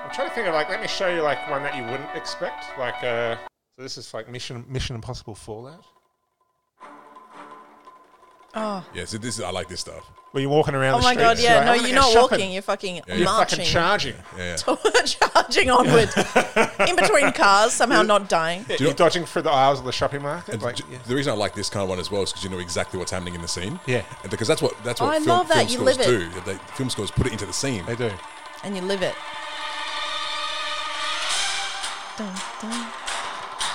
Speaker 3: I'm trying to think of like, let me show you like one that you wouldn't expect. Like, uh, so this is like Mission Mission Impossible Fallout.
Speaker 1: Yeah, so this is, I like this stuff.
Speaker 3: Where you're walking around
Speaker 2: Oh
Speaker 3: the
Speaker 2: my
Speaker 3: streets.
Speaker 2: god, yeah.
Speaker 3: like,
Speaker 2: no,
Speaker 3: "I'm gonna
Speaker 2: you're
Speaker 3: go
Speaker 2: not
Speaker 3: shopping."
Speaker 2: walking. You're fucking
Speaker 3: You're
Speaker 2: marching.
Speaker 3: fucking charging.
Speaker 1: Yeah.
Speaker 2: charging onward. In between cars, somehow not dying.
Speaker 3: You're dodging through the aisles of the shopping market.
Speaker 1: And
Speaker 3: Like,
Speaker 1: j-
Speaker 3: yeah.
Speaker 1: The reason I like this kind of one as well is because you know exactly what's happening in the scene.
Speaker 3: Yeah.
Speaker 1: and because that's what that's
Speaker 2: Oh,
Speaker 1: what
Speaker 2: I
Speaker 1: film,
Speaker 2: love that.
Speaker 1: film
Speaker 2: You
Speaker 1: scores do.
Speaker 2: live
Speaker 1: They, film scores put it into the scene.
Speaker 3: They do.
Speaker 2: And you live it. Dun, dun.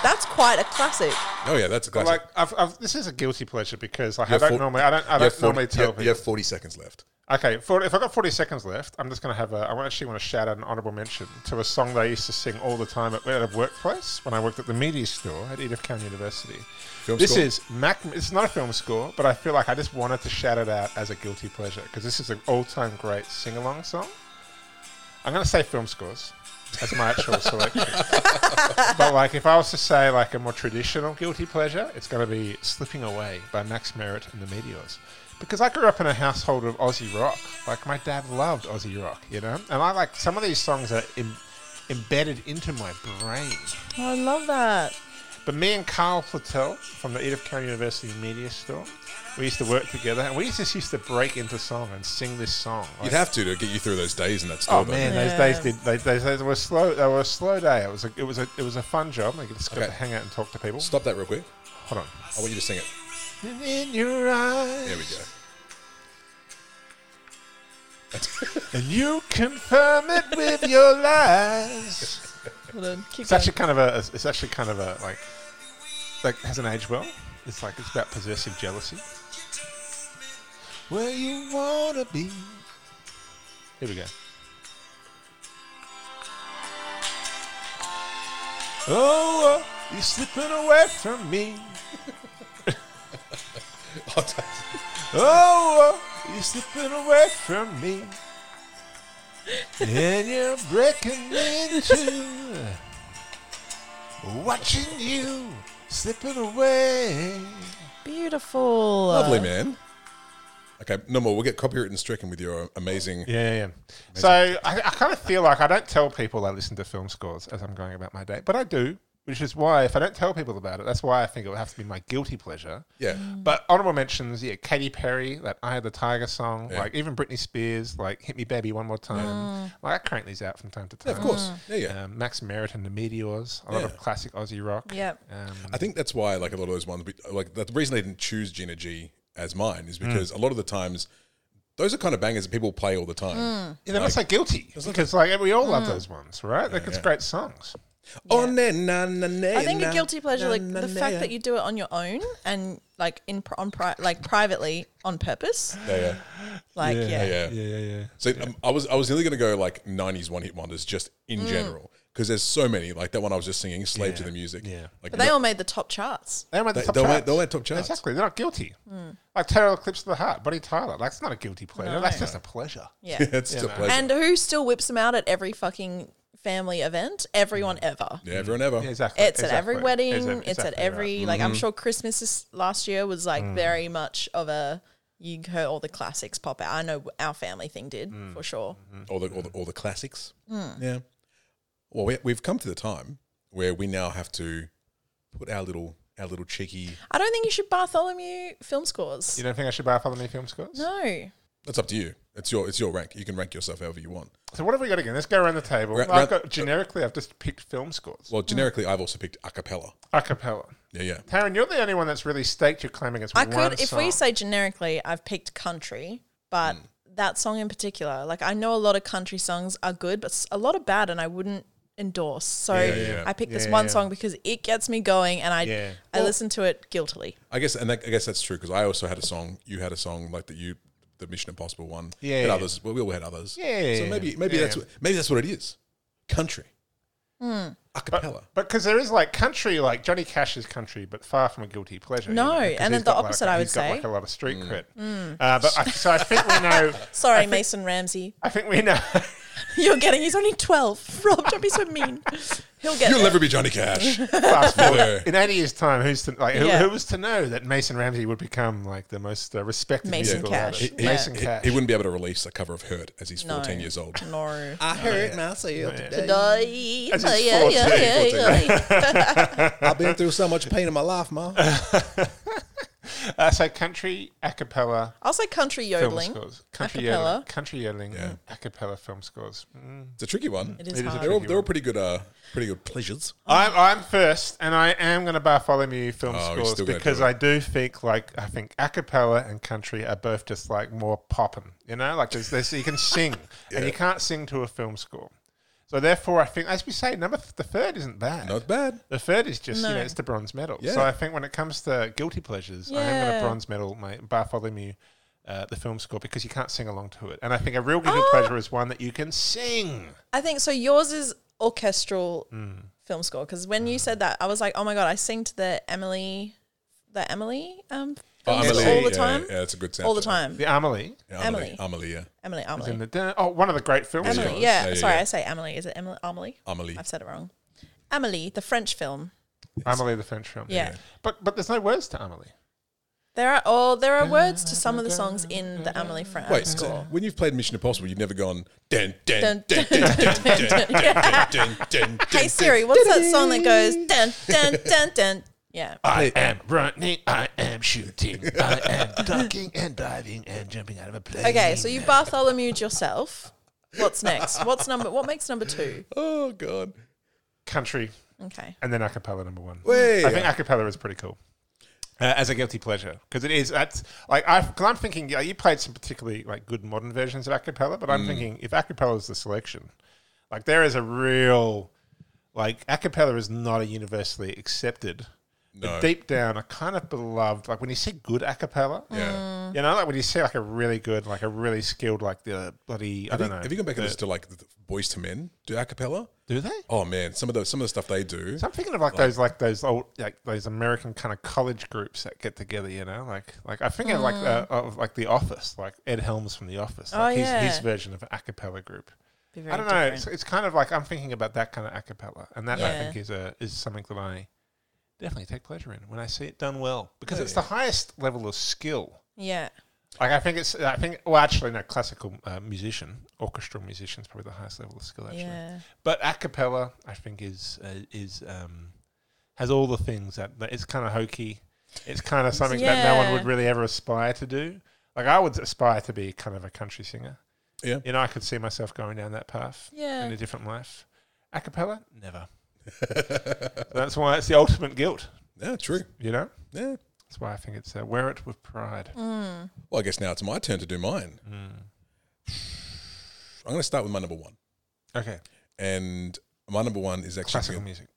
Speaker 2: That's quite a classic.
Speaker 1: Oh yeah, that's a classic.
Speaker 3: Like I've, I've, this is a guilty pleasure because like,
Speaker 1: You
Speaker 3: I
Speaker 1: have
Speaker 3: don't
Speaker 1: four-
Speaker 3: normally I don't I
Speaker 1: you
Speaker 3: don't
Speaker 1: have 40
Speaker 3: normally tell
Speaker 1: you have,
Speaker 3: people.
Speaker 1: you have forty seconds left.
Speaker 3: Okay, for, if I got forty seconds left, I'm just gonna have a. I actually want to shout out an honourable mention to a song that I used to sing all the time at, at a workplace when I worked at the media store at Edith Cowan University.
Speaker 1: Film
Speaker 3: this
Speaker 1: score?
Speaker 3: is Mac. It's not a film score, but I feel like I just wanted to shout it out as a guilty pleasure because this is an all-time great sing-along song. I'm gonna say film scores as my actual selection, but like if I was to say like a more traditional guilty pleasure, it's gonna be "Slipping Away" by Max Merritt and the Meteors. Because I grew up in a household of Aussie rock. Like my dad loved Aussie rock, you know, and I like some of these songs are Im- embedded into my brain.
Speaker 2: Oh, I love that.
Speaker 3: But me and Carl Plateau from the Edith Cowan University Media Store, we used to work together, and we just used to break into song and sing this song.
Speaker 1: You'd
Speaker 3: Like,
Speaker 1: have to to get you through those days in that store.
Speaker 3: oh
Speaker 1: though.
Speaker 3: man,
Speaker 2: Yeah.
Speaker 3: those days did they, they, they were slow. They were a slow day. It was a, it was a it was a fun job. Like just got
Speaker 1: Okay.
Speaker 3: to hang out and talk to people.
Speaker 1: stop that real quick.
Speaker 3: Hold on.
Speaker 1: I want you to sing it.
Speaker 3: In your eyes,
Speaker 1: There we go.
Speaker 3: and you confirm it with your lies.
Speaker 2: Well then, keep
Speaker 3: It's
Speaker 2: going.
Speaker 3: actually kind of a. It's actually kind of a like, like hasn't aged well. It's like it's about possessive jealousy. Where you wanna be. Here we go. Oh, oh, you're slipping away from me. Oh, oh, you're slipping away from me. And you're breaking me in two. Watching you slipping away.
Speaker 2: beautiful.
Speaker 1: Lovely man. Okay, no more. We'll get copyright and stricken with your amazing.
Speaker 3: Yeah, yeah. So I, I kind of feel like I don't tell people I listen to film scores as I'm going about my day, but I do, which is why if I don't tell people about it, that's why I think it would have to be my guilty pleasure.
Speaker 1: Yeah.
Speaker 3: But honorable mentions, yeah, Katy Perry, that "I Had the Tiger" song,
Speaker 1: Yeah.
Speaker 3: like even Britney Spears, like "Hit Me, Baby, One More
Speaker 2: Mm.
Speaker 3: Time." Like I crank these out from time to time.
Speaker 1: Yeah, of course. Yeah, yeah.
Speaker 3: Um, Max Merritt and the Meteors, a lot
Speaker 1: Yeah.
Speaker 3: of classic Aussie rock.
Speaker 2: Yep.
Speaker 3: Um,
Speaker 1: I think that's why, like a lot of those ones, we- like the reason I didn't choose Gina G as mine
Speaker 2: Mm.
Speaker 1: is because a lot of the times, those are kind of bangers that people play all the time.
Speaker 2: Mm.
Speaker 3: yeah, they're not so guilty because like we all love those ones, right? Like it's
Speaker 1: yeah.
Speaker 3: great songs.
Speaker 1: Oh, na, na, na, na,
Speaker 2: I think
Speaker 1: na,
Speaker 2: a guilty pleasure,
Speaker 1: na,
Speaker 2: like
Speaker 1: na,
Speaker 2: the
Speaker 1: na,
Speaker 2: fact
Speaker 1: na.
Speaker 2: that you do it on your own and like in pri- on pri- like privately on purpose,
Speaker 1: Yeah, yeah.
Speaker 2: like yeah,
Speaker 1: Yeah.
Speaker 3: yeah, yeah.
Speaker 1: So um, I was I was nearly going to go like '90s one hit wonders just in
Speaker 2: Mm.
Speaker 1: general because there's so many like that one I was just singing "Slave to
Speaker 3: Yeah.
Speaker 1: the Music."
Speaker 3: Yeah.
Speaker 1: like
Speaker 2: but they
Speaker 1: no-
Speaker 2: all made the top charts.
Speaker 3: They don't make the
Speaker 1: They-
Speaker 3: top
Speaker 1: they don't make-
Speaker 3: charts.
Speaker 1: they don't make top charts.
Speaker 3: Exactly. They're not guilty.
Speaker 2: Mm.
Speaker 3: Like Terror Eclipse of the Heart, Buddy Tyler. Like, it's not a guilty pleasure. That's just a pleasure.
Speaker 2: Yeah,
Speaker 1: it's just a pleasure.
Speaker 2: and who still whips them out at every fucking family event? Everyone ever.
Speaker 1: yeah, everyone ever.
Speaker 3: Yeah, exactly.
Speaker 2: It's at every
Speaker 3: exactly.
Speaker 2: wedding.
Speaker 3: Exa-
Speaker 2: it's at
Speaker 3: exactly
Speaker 2: every
Speaker 3: right. Mm.
Speaker 2: like. I'm sure Christmas is, last year was like very much of a you heard all the classics pop out. I know our family thing did
Speaker 3: Mm.
Speaker 2: for sure.
Speaker 3: Mm-hmm.
Speaker 1: All the all the, all the classics.
Speaker 3: Hmm.
Speaker 1: Yeah. Well, we, we've come to the time where we now have to put our little our little cheeky.
Speaker 2: I don't think you should Bartholomew film scores.
Speaker 3: You don't think I should buy Bartholomew film scores?
Speaker 2: no,
Speaker 1: That's up to you. It's your it's your rank. You can rank yourself however you want.
Speaker 3: So what have we got again? Let's go around the table.
Speaker 1: Ra-
Speaker 3: I've
Speaker 1: ra-
Speaker 3: got, generically, I've just picked film scores.
Speaker 1: Well, generically, I've also picked a cappella.
Speaker 3: A cappella.
Speaker 1: Yeah, yeah.
Speaker 3: Taryn, you're the only one that's really staked your claim against
Speaker 2: I
Speaker 3: one
Speaker 2: could, if
Speaker 3: song. Hmm.
Speaker 2: we say generically, I've picked country, but that song in particular, like I know a lot of country songs are good, but s- a lot are bad, and I wouldn't endorse. So
Speaker 1: yeah.
Speaker 2: I picked this
Speaker 3: Yeah,
Speaker 2: one
Speaker 3: yeah.
Speaker 2: song because it gets me going, and I
Speaker 3: Yeah.
Speaker 2: I listen to it guiltily.
Speaker 1: I guess, and that, I guess that's true because I also had a song. You had a song like that. You, the Mission Impossible one.
Speaker 3: Yeah,
Speaker 1: And
Speaker 3: yeah.
Speaker 1: others. Well, we all had others.
Speaker 3: Yeah,
Speaker 1: So
Speaker 3: yeah,
Speaker 1: maybe,
Speaker 3: yeah.
Speaker 1: maybe
Speaker 3: Yeah,
Speaker 1: that's
Speaker 3: yeah. Hmm.
Speaker 1: what, maybe that's what it is. Country. A cappella.
Speaker 3: But because there is like country, like Johnny Cash is country, but far from a guilty pleasure.
Speaker 2: No, and
Speaker 3: Because he's
Speaker 2: then the
Speaker 3: got, like,
Speaker 2: opposite, I would
Speaker 3: he's got,
Speaker 2: say. Mm.
Speaker 3: like a lot of street
Speaker 1: Mm.
Speaker 3: cred. Uh, but I, so I think we know.
Speaker 2: Sorry, Mason Ramsey,
Speaker 3: I think we know.
Speaker 2: you're getting. He's only twelve. Rob, don't be so mean. He'll get.
Speaker 1: You'll
Speaker 2: there.
Speaker 1: never be Johnny Cash.
Speaker 3: fast forward.
Speaker 1: Yeah.
Speaker 3: In 80 years' time, who's to, like, who,
Speaker 2: Yeah.
Speaker 3: who was to know that Mason Ramsey would become like the most uh, respected
Speaker 2: Mason
Speaker 3: musical
Speaker 2: Cash.
Speaker 3: artist?
Speaker 2: He- he-
Speaker 3: Mason
Speaker 1: he,
Speaker 3: Cash.
Speaker 1: he wouldn't be able to release a cover of Hurt as he's
Speaker 2: No.
Speaker 1: 14 years old.
Speaker 2: No.
Speaker 6: I heard myself today.
Speaker 2: Die.
Speaker 3: As he's
Speaker 2: Ay, ay,
Speaker 3: 14,
Speaker 2: ay, ay, ay.
Speaker 6: I've been through so much pain in my life, ma.
Speaker 3: Uh, so country a cappella
Speaker 2: I'll say country
Speaker 3: film
Speaker 2: yodeling.
Speaker 3: scores. Country
Speaker 2: Acapella.
Speaker 3: yodeling. Country yodeling.
Speaker 1: Yeah.
Speaker 3: A cappella film scores. Mm.
Speaker 1: It's a tricky one.
Speaker 2: It is
Speaker 3: It is a
Speaker 2: hard.
Speaker 1: They're all,
Speaker 3: tricky
Speaker 1: they're all
Speaker 3: one.
Speaker 1: pretty good. Uh, pretty good pleasures.
Speaker 3: I'm, I'm first, and I am going to Bartholomew film
Speaker 1: Oh, we're
Speaker 3: scores
Speaker 1: still gonna
Speaker 3: because
Speaker 1: do it.
Speaker 3: I do think like I think a cappella and country are both just like more poppin', you know, like there's, there's you can sing and you can't sing to a film score. So therefore, I think as we say, number th- the third isn't bad.
Speaker 1: Not bad.
Speaker 3: The third is just you
Speaker 2: No.
Speaker 3: know it's the bronze medal.
Speaker 1: Yeah.
Speaker 3: So I think when it comes to guilty pleasures, I am going
Speaker 2: Yeah.
Speaker 3: to bronze medal my Bartholomew. Uh, the film score because you can't sing along to it, and I think a real guilty
Speaker 2: Ah.
Speaker 3: pleasure is one that you can sing.
Speaker 2: I think so. Yours is orchestral
Speaker 1: Mm.
Speaker 2: film score because when you said that, I was like, oh my god, I sing to the Emily, the Emily um, film
Speaker 3: Emily,
Speaker 2: score all the
Speaker 1: yeah,
Speaker 2: time,
Speaker 1: Yeah, it's a good sound.
Speaker 2: all the
Speaker 1: for that.
Speaker 2: time.
Speaker 3: The Amelie,
Speaker 1: Yeah, Amelie. Amelie, yeah.
Speaker 2: Emily,
Speaker 3: was in
Speaker 2: Amelie,
Speaker 3: the dinner. Oh, one of the great films.
Speaker 2: Emily.
Speaker 1: Yeah,
Speaker 2: Yeah,
Speaker 1: yeah,
Speaker 2: sorry,
Speaker 1: yeah.
Speaker 2: I say Emily. Is it Emily? Amelie.
Speaker 1: Amelie.
Speaker 2: I've said it wrong. Amelie, the French film.
Speaker 3: Amelie the French film.
Speaker 2: Yeah.
Speaker 3: But but there's no words to Amelie.
Speaker 2: There are oh, there are words to some of the songs in the Amelie Fran
Speaker 1: Wait, so
Speaker 2: score.
Speaker 1: when you've played Mission Impossible, you've never gone. Dun, dun,
Speaker 2: Dun,
Speaker 1: dun,
Speaker 2: dun,
Speaker 1: dun, dun, dun, dun,
Speaker 2: Yeah.
Speaker 1: dun, dun,
Speaker 2: Hey
Speaker 1: dun,
Speaker 2: Siri,
Speaker 1: dun.
Speaker 2: what's that song that goes dun dun dun dun? Yeah.
Speaker 1: Play-
Speaker 7: am running, I am shooting, I am ducking and diving and jumping out of a plane.
Speaker 2: Okay, so you Bartholomewed yourself. What's next? What's number? What makes number two?
Speaker 1: Oh god.
Speaker 3: Country
Speaker 2: Okay.
Speaker 3: and then a cappella number one.
Speaker 1: Way
Speaker 3: I think a cappella is pretty cool. Uh, as a guilty pleasure, because it is that's like I because I'm thinking yeah, you played some particularly like good modern versions of a cappella, but I'm
Speaker 1: Mm.
Speaker 3: thinking if a cappella is the selection, like there is a real like a cappella is not a universally accepted,
Speaker 1: No.
Speaker 3: but deep down a kind of beloved. Like when you see good a cappella,
Speaker 2: Mm.
Speaker 1: Yeah.
Speaker 3: you know, like when you see like a really good, like a really skilled, like the bloody I
Speaker 1: Have you,
Speaker 3: don't know.
Speaker 1: have you gone back and
Speaker 3: the-
Speaker 1: listened to like the Boys to Men do a cappella?
Speaker 3: Do they?
Speaker 1: Oh man, some of the some of the stuff they do.
Speaker 3: So I'm thinking of like, those like those old like those American kind of college groups that get together, you know, like like I think of like uh, of like The Office, like Ed Helms from The Office,
Speaker 2: Mm. Oh,
Speaker 3: like his, his
Speaker 2: yeah.
Speaker 3: version of an a cappella group.
Speaker 2: Be
Speaker 3: I
Speaker 2: very
Speaker 3: don't know.
Speaker 2: different.
Speaker 3: It's, it's kind of like I'm thinking about that kind of a cappella, and that I
Speaker 2: Yeah.
Speaker 3: think is a is something that I definitely take pleasure in when I see it done well because
Speaker 1: Oh,
Speaker 3: it's
Speaker 1: yeah.
Speaker 3: the highest level of skill.
Speaker 2: Yeah.
Speaker 3: Like I think it's I think well actually no classical uh, musician orchestral musician is probably the highest level of skill actually.
Speaker 2: Yeah.
Speaker 3: But a cappella, I think, is uh, is um, has all the things that, that it's kind of hokey. It's kind of something that no one would
Speaker 2: Yeah.
Speaker 3: really ever aspire to do. Like I would aspire to be kind of a country singer.
Speaker 1: Yeah.
Speaker 3: you know, I could see myself going down that path in
Speaker 2: Yeah.
Speaker 3: a different life. A cappella, never. That's why it's the ultimate guilt.
Speaker 1: Yeah, true.
Speaker 3: You know,
Speaker 1: Yeah.
Speaker 3: that's why I think it's uh, wear it with pride.
Speaker 2: Mm.
Speaker 1: Well, I guess now it's my turn to do mine.
Speaker 2: Hmm.
Speaker 1: I'm going to start with my number one,
Speaker 3: Okay,
Speaker 1: and my number one is actually
Speaker 3: classical music.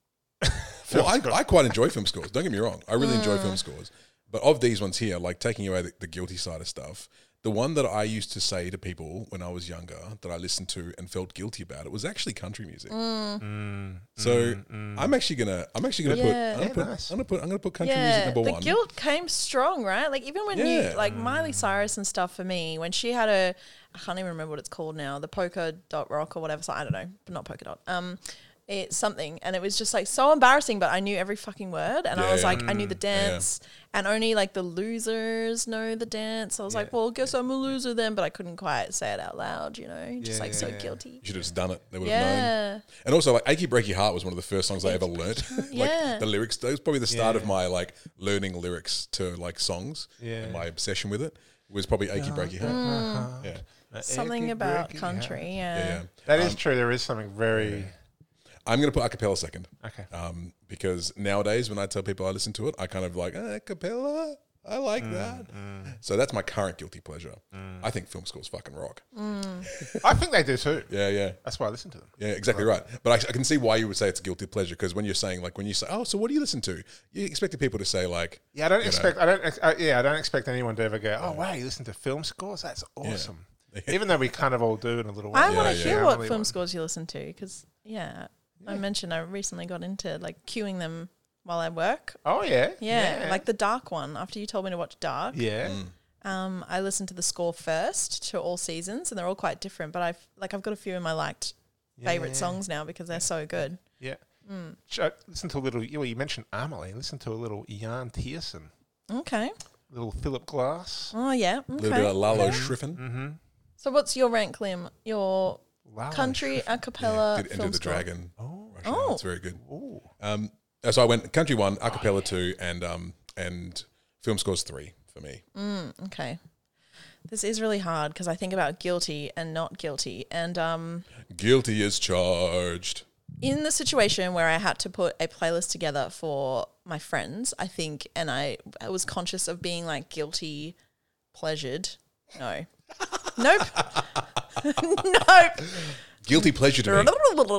Speaker 1: Well, I, I quite enjoy film scores. Don't get me wrong. I really enjoy
Speaker 2: Uh.
Speaker 1: film scores. But of these ones here, like taking away the, the guilty side of stuff, the one that I used to say to people when I was younger that I listened to and felt guilty about it was actually country music.
Speaker 2: Mm.
Speaker 3: Mm.
Speaker 1: so I'm actually gonna I'm actually gonna
Speaker 2: Yeah.
Speaker 1: put, I'm gonna
Speaker 3: Yeah,
Speaker 1: put,
Speaker 3: nice.
Speaker 1: I'm gonna put I'm gonna put country music
Speaker 2: Yeah.
Speaker 1: number
Speaker 2: The
Speaker 1: one.
Speaker 2: guilt came strong, right? Like even when
Speaker 1: Yeah.
Speaker 2: you like Miley Cyrus and stuff for me, when she had a I can't even remember what it's called now, the polka dot rock or whatever. So I don't know, but not polka dot. Um it's something and it was just like so embarrassing but i knew every fucking word and i was
Speaker 1: Yeah.
Speaker 2: like i knew the dance and only like the losers know the dance i was like well guess i'm a loser then but i couldn't quite say it out loud you know just like so guilty
Speaker 1: you should have just done it. They would have known.
Speaker 2: yeah
Speaker 1: And also, like "Achy Breaky Heart" was one of the first songs I ever learnt. like
Speaker 2: Yeah.
Speaker 1: the lyrics, that was probably the start of
Speaker 3: Yeah.
Speaker 1: my like learning lyrics to like songs.
Speaker 3: Yeah.
Speaker 1: and my obsession with it was probably "Achy Breaky Heart." Yeah.
Speaker 2: Mm. something about
Speaker 1: Yeah,
Speaker 2: country yeah
Speaker 1: yeah.
Speaker 3: That is true. There is something very Oh.
Speaker 1: I'm going to put a cappella second
Speaker 3: okay.
Speaker 1: um, because nowadays when I tell people I listen to it, I kind of like, eh, a cappella, I like that. So that's my current guilty pleasure. I think film scores fucking rock.
Speaker 2: Mm.
Speaker 3: I think they do too.
Speaker 1: Yeah, yeah.
Speaker 3: That's why I listen to them.
Speaker 1: Yeah, exactly right. But I, I can see why you would say it's a guilty pleasure because when you're saying, like, when you say, oh, so what do you listen to? You expected people to say, like,
Speaker 3: Yeah, I don't
Speaker 1: you know,
Speaker 3: expect. I don't. ex- Uh, yeah, I don't expect anyone to ever go. Oh wow, you listen to film scores? That's awesome. Even though we kind of all do in a little way.
Speaker 2: I want
Speaker 1: Yeah,
Speaker 2: to
Speaker 1: yeah.
Speaker 2: hear
Speaker 3: Yeah,
Speaker 2: what
Speaker 3: really
Speaker 2: film
Speaker 3: want-
Speaker 2: scores you listen to because yeah, I mentioned I recently got into like queuing them while I work.
Speaker 3: Oh yeah.
Speaker 2: Yeah, like the dark one. After you told me to watch Dark,
Speaker 3: yeah.
Speaker 1: Mm.
Speaker 2: um, I listened to the score first to all seasons, and they're all quite different. But I've like I've got a few of my liked favorite songs now because they're so good.
Speaker 3: Yeah.
Speaker 2: Mm.
Speaker 3: Ch- uh, Listen to a little. You, well, you mentioned Amelie. Listen to a little Jan Tiersen,
Speaker 2: Okay.
Speaker 3: little Philip Glass.
Speaker 2: Oh
Speaker 1: a
Speaker 2: yeah.
Speaker 1: little bit
Speaker 2: Okay.
Speaker 1: of Lalo Schriffen.
Speaker 2: So what's your rank, Lim? Your
Speaker 3: Lalo
Speaker 2: country a
Speaker 1: Yeah,
Speaker 2: cappella
Speaker 1: did Enter
Speaker 2: Uh, film
Speaker 1: the
Speaker 2: score?
Speaker 1: Dragon. Oh,
Speaker 2: Oh.
Speaker 1: it's very good. uh,
Speaker 3: Ooh.
Speaker 1: Ah, Um, so I went country one, a cappella two, and um, and film scores three for me.
Speaker 2: Okay. This is really hard because I think about guilty and not guilty. And um,
Speaker 1: Guilty is charged.
Speaker 2: in the situation where I had to put a playlist together for my friends, I think, and I, I was conscious of being like guilty, pleasured. No. nope. nope.
Speaker 1: Guilty pleasure to me.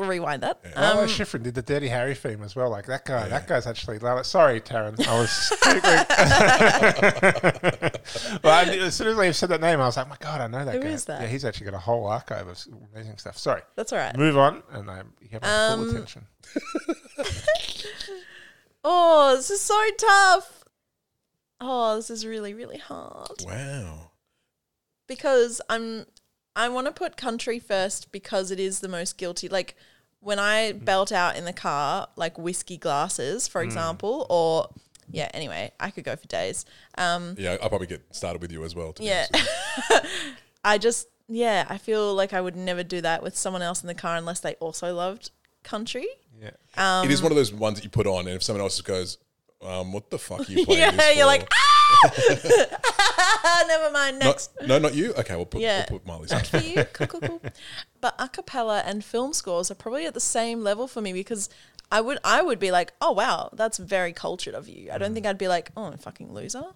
Speaker 2: Rewind that. Um,
Speaker 3: Lalo Schifrin did the Dirty Harry theme as well. Like that guy, that guy's actually Lalo. Sorry, Taryn. I was. well, I, knew- as soon as I said that name, I was like, my God, I know that
Speaker 2: Who
Speaker 3: guy.
Speaker 2: is that?
Speaker 3: Yeah, he's actually got a whole archive of amazing stuff. Sorry.
Speaker 2: that's all right.
Speaker 3: Move on, and I, you have my full
Speaker 2: Um,
Speaker 3: attention.
Speaker 2: Oh, this is so tough. Oh, this is really, really hard.
Speaker 1: Wow.
Speaker 2: because I'm I want to put country first because it is the most guilty. Like when I belt out in the car, like whiskey glasses, for example, or yeah. Anyway, I could go for days. Um,
Speaker 1: Yeah, I'll probably get started with you as well. To be
Speaker 2: yeah,
Speaker 1: honest.
Speaker 2: I just yeah, I feel like I would never do that with someone else in the car unless they also loved country.
Speaker 3: Yeah.
Speaker 1: it
Speaker 2: um,
Speaker 1: is one of those ones that you put on, and if someone else goes, um, "What the fuck are you playing?"
Speaker 2: Yeah,
Speaker 1: this
Speaker 2: you're
Speaker 1: for?"
Speaker 2: like ah, never mind.
Speaker 1: not,
Speaker 2: Next.
Speaker 1: no, not you. Okay, we'll put,
Speaker 2: Yeah.
Speaker 1: we'll put Miley's. on.
Speaker 2: for you. Cool, cool, cool. But a cappella and film scores are probably at the same level for me because I would I would be like, oh wow, that's very cultured of you. I don't think I'd be like, oh, I'm a fucking loser. Do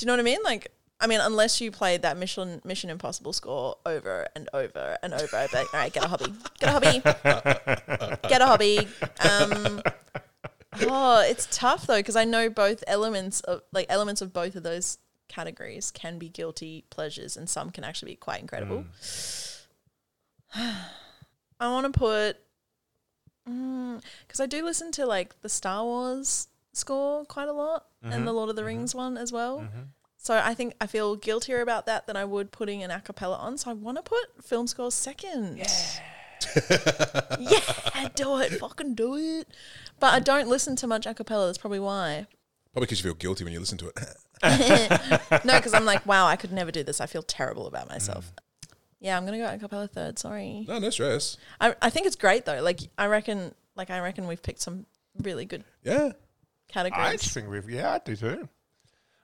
Speaker 2: you know what I mean? Like, I mean, unless you played that Mission Mission Impossible score over and over and over, I'd be like, all right, get a hobby, get a hobby, get a hobby. Um, oh, it's tough though because I know both elements of like elements of both of those categories can be guilty pleasures, and some can actually be quite incredible. I want to put because I do listen to like the Star Wars score quite a lot and the Lord of the Rings one as well. So I think I feel guiltier about that than I would putting an a cappella on. So I want to put film score second. Yeah. yeah, do it. Fucking do it. But I don't listen to much a cappella. That's probably why.
Speaker 1: Probably because you feel guilty when you listen to it.
Speaker 2: No, because I'm like, wow, I could never do this. I feel terrible about myself. Yeah, I'm going to go a cappella third. Sorry.
Speaker 1: no, no stress.
Speaker 2: I, I think it's great though. Like I reckon, like I reckon we've picked some really good
Speaker 1: Yeah,
Speaker 3: I
Speaker 2: categories.
Speaker 3: just think we've, yeah, I do too.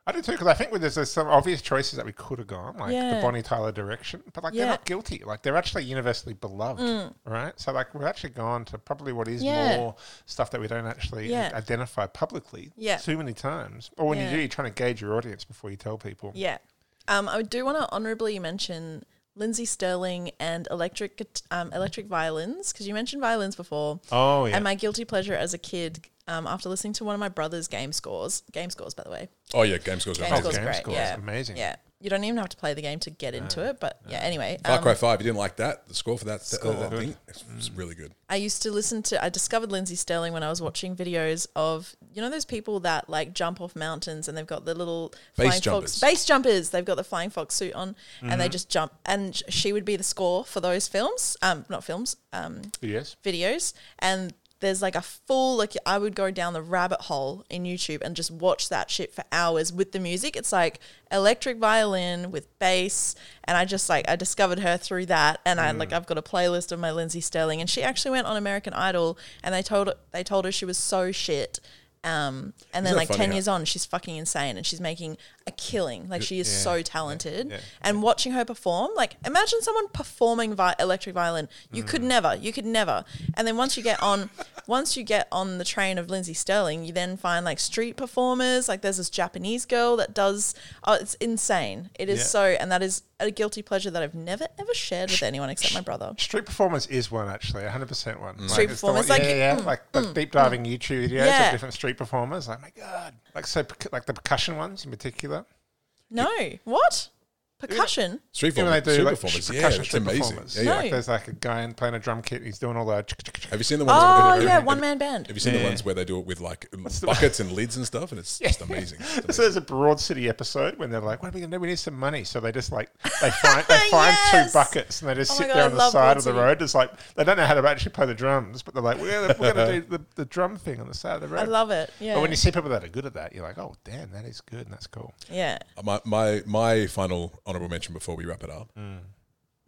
Speaker 3: I do too, because I think there's, there's some obvious choices that we could have gone, like
Speaker 2: Yeah.
Speaker 3: the Bonnie Tyler direction, but like
Speaker 2: Yeah. Mm.
Speaker 3: they're not guilty. Like they're actually universally beloved, right? So like we've actually gone to probably what is
Speaker 2: Yeah.
Speaker 3: more stuff that we don't actually
Speaker 2: Yeah.
Speaker 3: identify publicly
Speaker 2: Yeah.
Speaker 3: too many times. Or when
Speaker 2: Yeah.
Speaker 3: you do, you're trying to gauge your audience before you tell people.
Speaker 2: yeah, um, I do want to honorably mention Lindsay Sterling and electric Guit- um, electric violins because you mentioned violins before.
Speaker 3: Oh, yeah.
Speaker 2: And my guilty pleasure as a kid, um, after listening to one of my brother's game scores, game scores by the way,
Speaker 1: Oh yeah, game scores.
Speaker 2: game
Speaker 1: Are
Speaker 2: scores
Speaker 1: amazing.
Speaker 2: are
Speaker 3: game
Speaker 2: great.
Speaker 3: scores,
Speaker 2: yeah,
Speaker 3: amazing.
Speaker 2: Yeah, you don't even have to play the game to get into it, but yeah. Anyway,
Speaker 1: Far
Speaker 2: um,
Speaker 1: Cry Five. You didn't like that? The score for that, that- that
Speaker 3: Good.
Speaker 1: thing. It's, it's really good.
Speaker 2: I used to listen to. I discovered Lindsay Sterling when I was watching videos of you know those people that like jump off mountains and they've got the little
Speaker 1: Base
Speaker 2: flying
Speaker 1: jumpers. Mm-hmm.
Speaker 2: fox base jumpers. They've got the flying fox suit on and they just jump. And sh- she would be the score for those films, um, not films, um,
Speaker 3: Yes.
Speaker 2: videos. And there's like a full like I would go down the rabbit hole in YouTube and just watch that shit for hours with the music. It's like electric violin with bass, and I just like I discovered her through that. And I
Speaker 1: Mm.
Speaker 2: like I've got a playlist of my Lindsay Sterling, and she actually went on American Idol, and they told they told her she was so shit. Um, and then
Speaker 1: Isn't that
Speaker 2: like
Speaker 1: funny
Speaker 2: ten
Speaker 1: how-
Speaker 2: years on, she's fucking insane, and she's making a killing. Like she is so talented, and watching her perform, like imagine someone performing vi- electric violin. You could never, you could never. And then once you get on, once you get on the train of Lindsay Sterling, you then find like street performers. Like there's this Japanese girl that does. Oh, it's insane. It is
Speaker 3: Yeah.
Speaker 2: so, and that is a guilty pleasure that I've never ever shared with anyone except my brother.
Speaker 3: Street performance is one actually, 100% one. Like,
Speaker 2: Street
Speaker 3: it's the
Speaker 2: performers,
Speaker 3: one,
Speaker 2: like, mm,
Speaker 3: yeah, yeah, yeah, like the deep diving YouTube videos
Speaker 2: Yeah.
Speaker 3: of different street performers. Like my god, like so, percu- like the percussion ones in particular.
Speaker 2: No, what percussion?
Speaker 1: Street
Speaker 3: Even
Speaker 1: performers,
Speaker 3: they do
Speaker 1: super
Speaker 3: like
Speaker 1: performers. Yeah,
Speaker 3: percussion
Speaker 1: it's
Speaker 3: street
Speaker 1: amazing.
Speaker 3: performers.
Speaker 1: Yeah, yeah.
Speaker 2: No.
Speaker 3: Like, there's like a guy in playing a drum kit. and He's doing all that.
Speaker 1: Have you seen the ones? where
Speaker 2: Oh
Speaker 1: they do it-
Speaker 2: yeah, one man band.
Speaker 1: Have you seen the
Speaker 3: Yeah.
Speaker 1: ones where they do it with like buckets and lids and stuff? And it's just amazing. It's
Speaker 3: So
Speaker 1: amazing.
Speaker 3: there's a Broad City episode when they're like, "What are we gonna do? We need some money." So they just like they find they find
Speaker 2: Yes.
Speaker 3: two buckets and they just
Speaker 2: Oh my
Speaker 3: sit
Speaker 2: God, I
Speaker 3: there on the
Speaker 2: love
Speaker 3: side
Speaker 2: Broad
Speaker 3: of the
Speaker 2: City.
Speaker 3: road. Just like they don't know how to actually play the drums, but they're like, "We're gonna, we're gonna do the, the drum thing on the side of the road."
Speaker 2: I love it. Yeah.
Speaker 3: But Oh, when you see people that are good at that, you're like, "Oh, damn, that is good and that's cool."
Speaker 2: yeah.
Speaker 1: my my my final honorable mention before we wrap it up.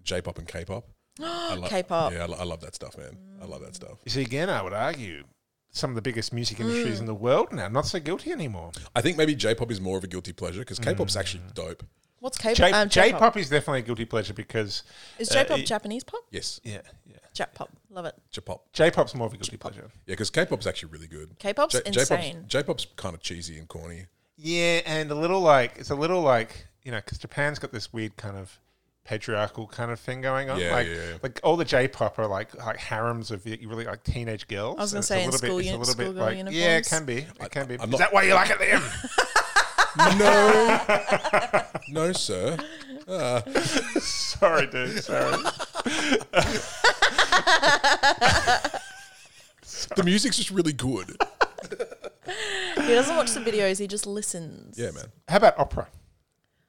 Speaker 1: J-pop and K-pop. I love-
Speaker 2: Mm. K-pop.
Speaker 1: Yeah, I, lo- I love that stuff, man. I love that stuff.
Speaker 3: You see, again, I would argue some of the biggest
Speaker 2: Mm.
Speaker 3: music industries in the world now. Not so guilty anymore.
Speaker 2: Um,
Speaker 1: I think maybe J-pop is more of a guilty pleasure because K-pop's actually
Speaker 2: Mm.
Speaker 1: dope.
Speaker 2: What's K-
Speaker 3: J-
Speaker 2: um, J-pop?
Speaker 3: J-pop is definitely a guilty pleasure because
Speaker 2: Is
Speaker 3: uh,
Speaker 2: J-pop
Speaker 3: it-
Speaker 2: Japanese pop?
Speaker 1: Yes,
Speaker 3: yeah, yeah.
Speaker 2: J-pop, love it.
Speaker 1: J-pop.
Speaker 3: J-pop's more of a guilty pleasure.
Speaker 1: Yeah, because K-pop's actually really good.
Speaker 2: K-pop's
Speaker 1: J-pop's,
Speaker 2: insane.
Speaker 1: J-pop's kind of cheesy and corny.
Speaker 3: Yeah, and a little like it's a little like you know because Japan's got this weird kind of patriarchal kind of thing going on.
Speaker 1: Yeah,
Speaker 3: like,
Speaker 1: yeah, yeah.
Speaker 3: like all the J-pop are like like harems of y- really like teenage girls.
Speaker 2: I was gonna
Speaker 3: It's
Speaker 2: say
Speaker 3: a
Speaker 2: in
Speaker 3: little bit-
Speaker 2: school
Speaker 3: it's a
Speaker 2: uni-
Speaker 3: little bit
Speaker 2: schoolgirl
Speaker 3: like- Yeah, it
Speaker 2: uniforms.
Speaker 3: can be. It can be.
Speaker 1: I'm not-
Speaker 3: is that why you like it then?
Speaker 1: No, no, sir.
Speaker 3: sorry, dude. Sorry.
Speaker 1: The music's just really good.
Speaker 2: He doesn't watch the videos; he just listens.
Speaker 1: Yeah, man.
Speaker 3: How about opera?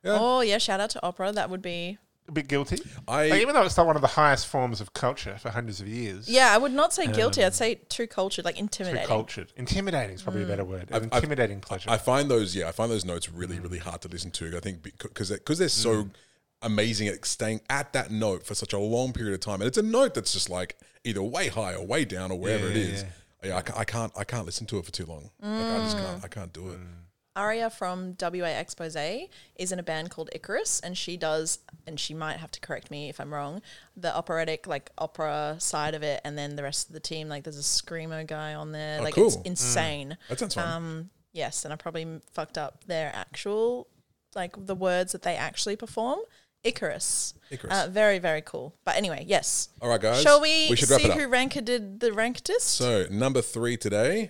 Speaker 2: Oh yeah, shout out to opera. That would be.
Speaker 3: A bit guilty.
Speaker 1: I-
Speaker 3: Like, even though it's not one of the highest forms of culture for hundreds of years.
Speaker 2: Yeah, I would not say guilty. I'd say too cultured, like intimidating. Mm.
Speaker 3: Cultured, intimidating is probably a better word. An
Speaker 1: I've-
Speaker 3: intimidating pleasure.
Speaker 1: I find those, yeah, I find those notes really, really hard to listen to. I think because they're, 'cause they're so amazing at staying at that note for such a long period of time, and it's a note that's just like either way high or way down or wherever it is. Yeah, I, ca- I can't, I can't listen to it for too long. Like, I just can't, I can't do it.
Speaker 2: Aria from WA Expose is in a band called Icarus, and she does, and she might have to correct me if I'm wrong, the operatic, like opera side of it, and then the rest of the team. Like, there's a screamo guy on there. like, it's
Speaker 1: cool. Mm.
Speaker 2: insane.
Speaker 1: That sounds fun.
Speaker 2: Um, Yes, and I probably m- fucked up their actual, like, the words that they actually perform. Icarus.
Speaker 1: Icarus.
Speaker 2: Uh, very, very cool. But anyway, yes.
Speaker 1: All right, guys.
Speaker 2: Shall we,
Speaker 1: We should wrap
Speaker 2: see
Speaker 1: it up.
Speaker 2: who Ranker did the rankedest?
Speaker 1: so number three today,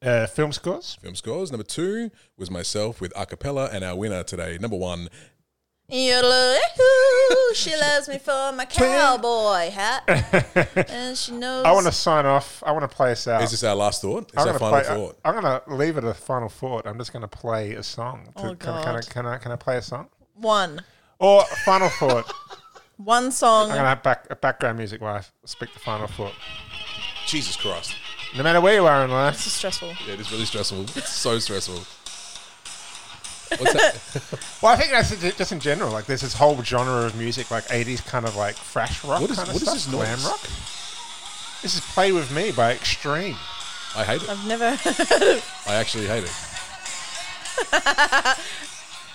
Speaker 3: uh, film scores.
Speaker 1: film scores. Number two was myself with a cappella, and our winner today, number one,
Speaker 2: Yodeloo, she loves me for my cowboy hat, and she knows.
Speaker 3: I want to sign off. I want to play us out.
Speaker 1: is this our last thought? Is our
Speaker 3: I'm gonna
Speaker 1: final
Speaker 3: play, I-
Speaker 1: thought?
Speaker 3: I'm gonna leave it a final thought. I'm just gonna play a song. To,
Speaker 2: Oh,
Speaker 3: can, I- Can, I,
Speaker 2: God.
Speaker 3: can I can I play a song
Speaker 2: one,
Speaker 3: or final thought?
Speaker 2: one song.
Speaker 3: I'm gonna have back, background music while I speak the final thought.
Speaker 1: Jesus Christ!
Speaker 3: No matter where you are in life,
Speaker 2: This is stressful.
Speaker 1: Yeah, it is really stressful. It's so stressful. What's that?
Speaker 3: well, I think that's it, just in general. Like there's this whole genre of music, like 80s kind of like thrash rock.
Speaker 1: What is-
Speaker 3: kind of
Speaker 1: what is
Speaker 3: stuff,
Speaker 1: this
Speaker 3: glam
Speaker 1: noise?
Speaker 3: rock. This is "Play with Me" by Extreme.
Speaker 1: I hate it.
Speaker 2: I've never.
Speaker 1: I actually hate it.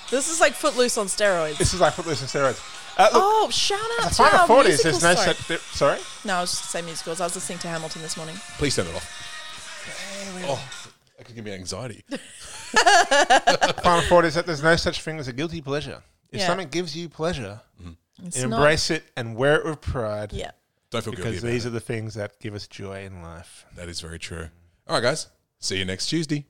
Speaker 2: this is like Footloose on steroids.
Speaker 3: This is like Footloose and Steroids. Uh, look,
Speaker 2: Oh, shout out
Speaker 3: the
Speaker 2: to
Speaker 3: final
Speaker 2: our
Speaker 3: thought is
Speaker 2: musical
Speaker 3: there's no
Speaker 2: sorry.
Speaker 3: such. thi- Sorry.
Speaker 2: No, I was just saying musicals. I was listening to Hamilton this morning.
Speaker 1: Please turn it off. Oh, that could give me anxiety.
Speaker 3: final thought is that there's no such thing as a guilty pleasure. If
Speaker 2: Yeah.
Speaker 3: something gives you pleasure,
Speaker 2: It's not-
Speaker 3: embrace it and wear it with pride.
Speaker 2: Yeah.
Speaker 1: Don't feel guilty
Speaker 3: Because
Speaker 1: about it.
Speaker 3: these are the things that give us joy in life.
Speaker 1: That is very true. All right, guys. See you next Tuesday.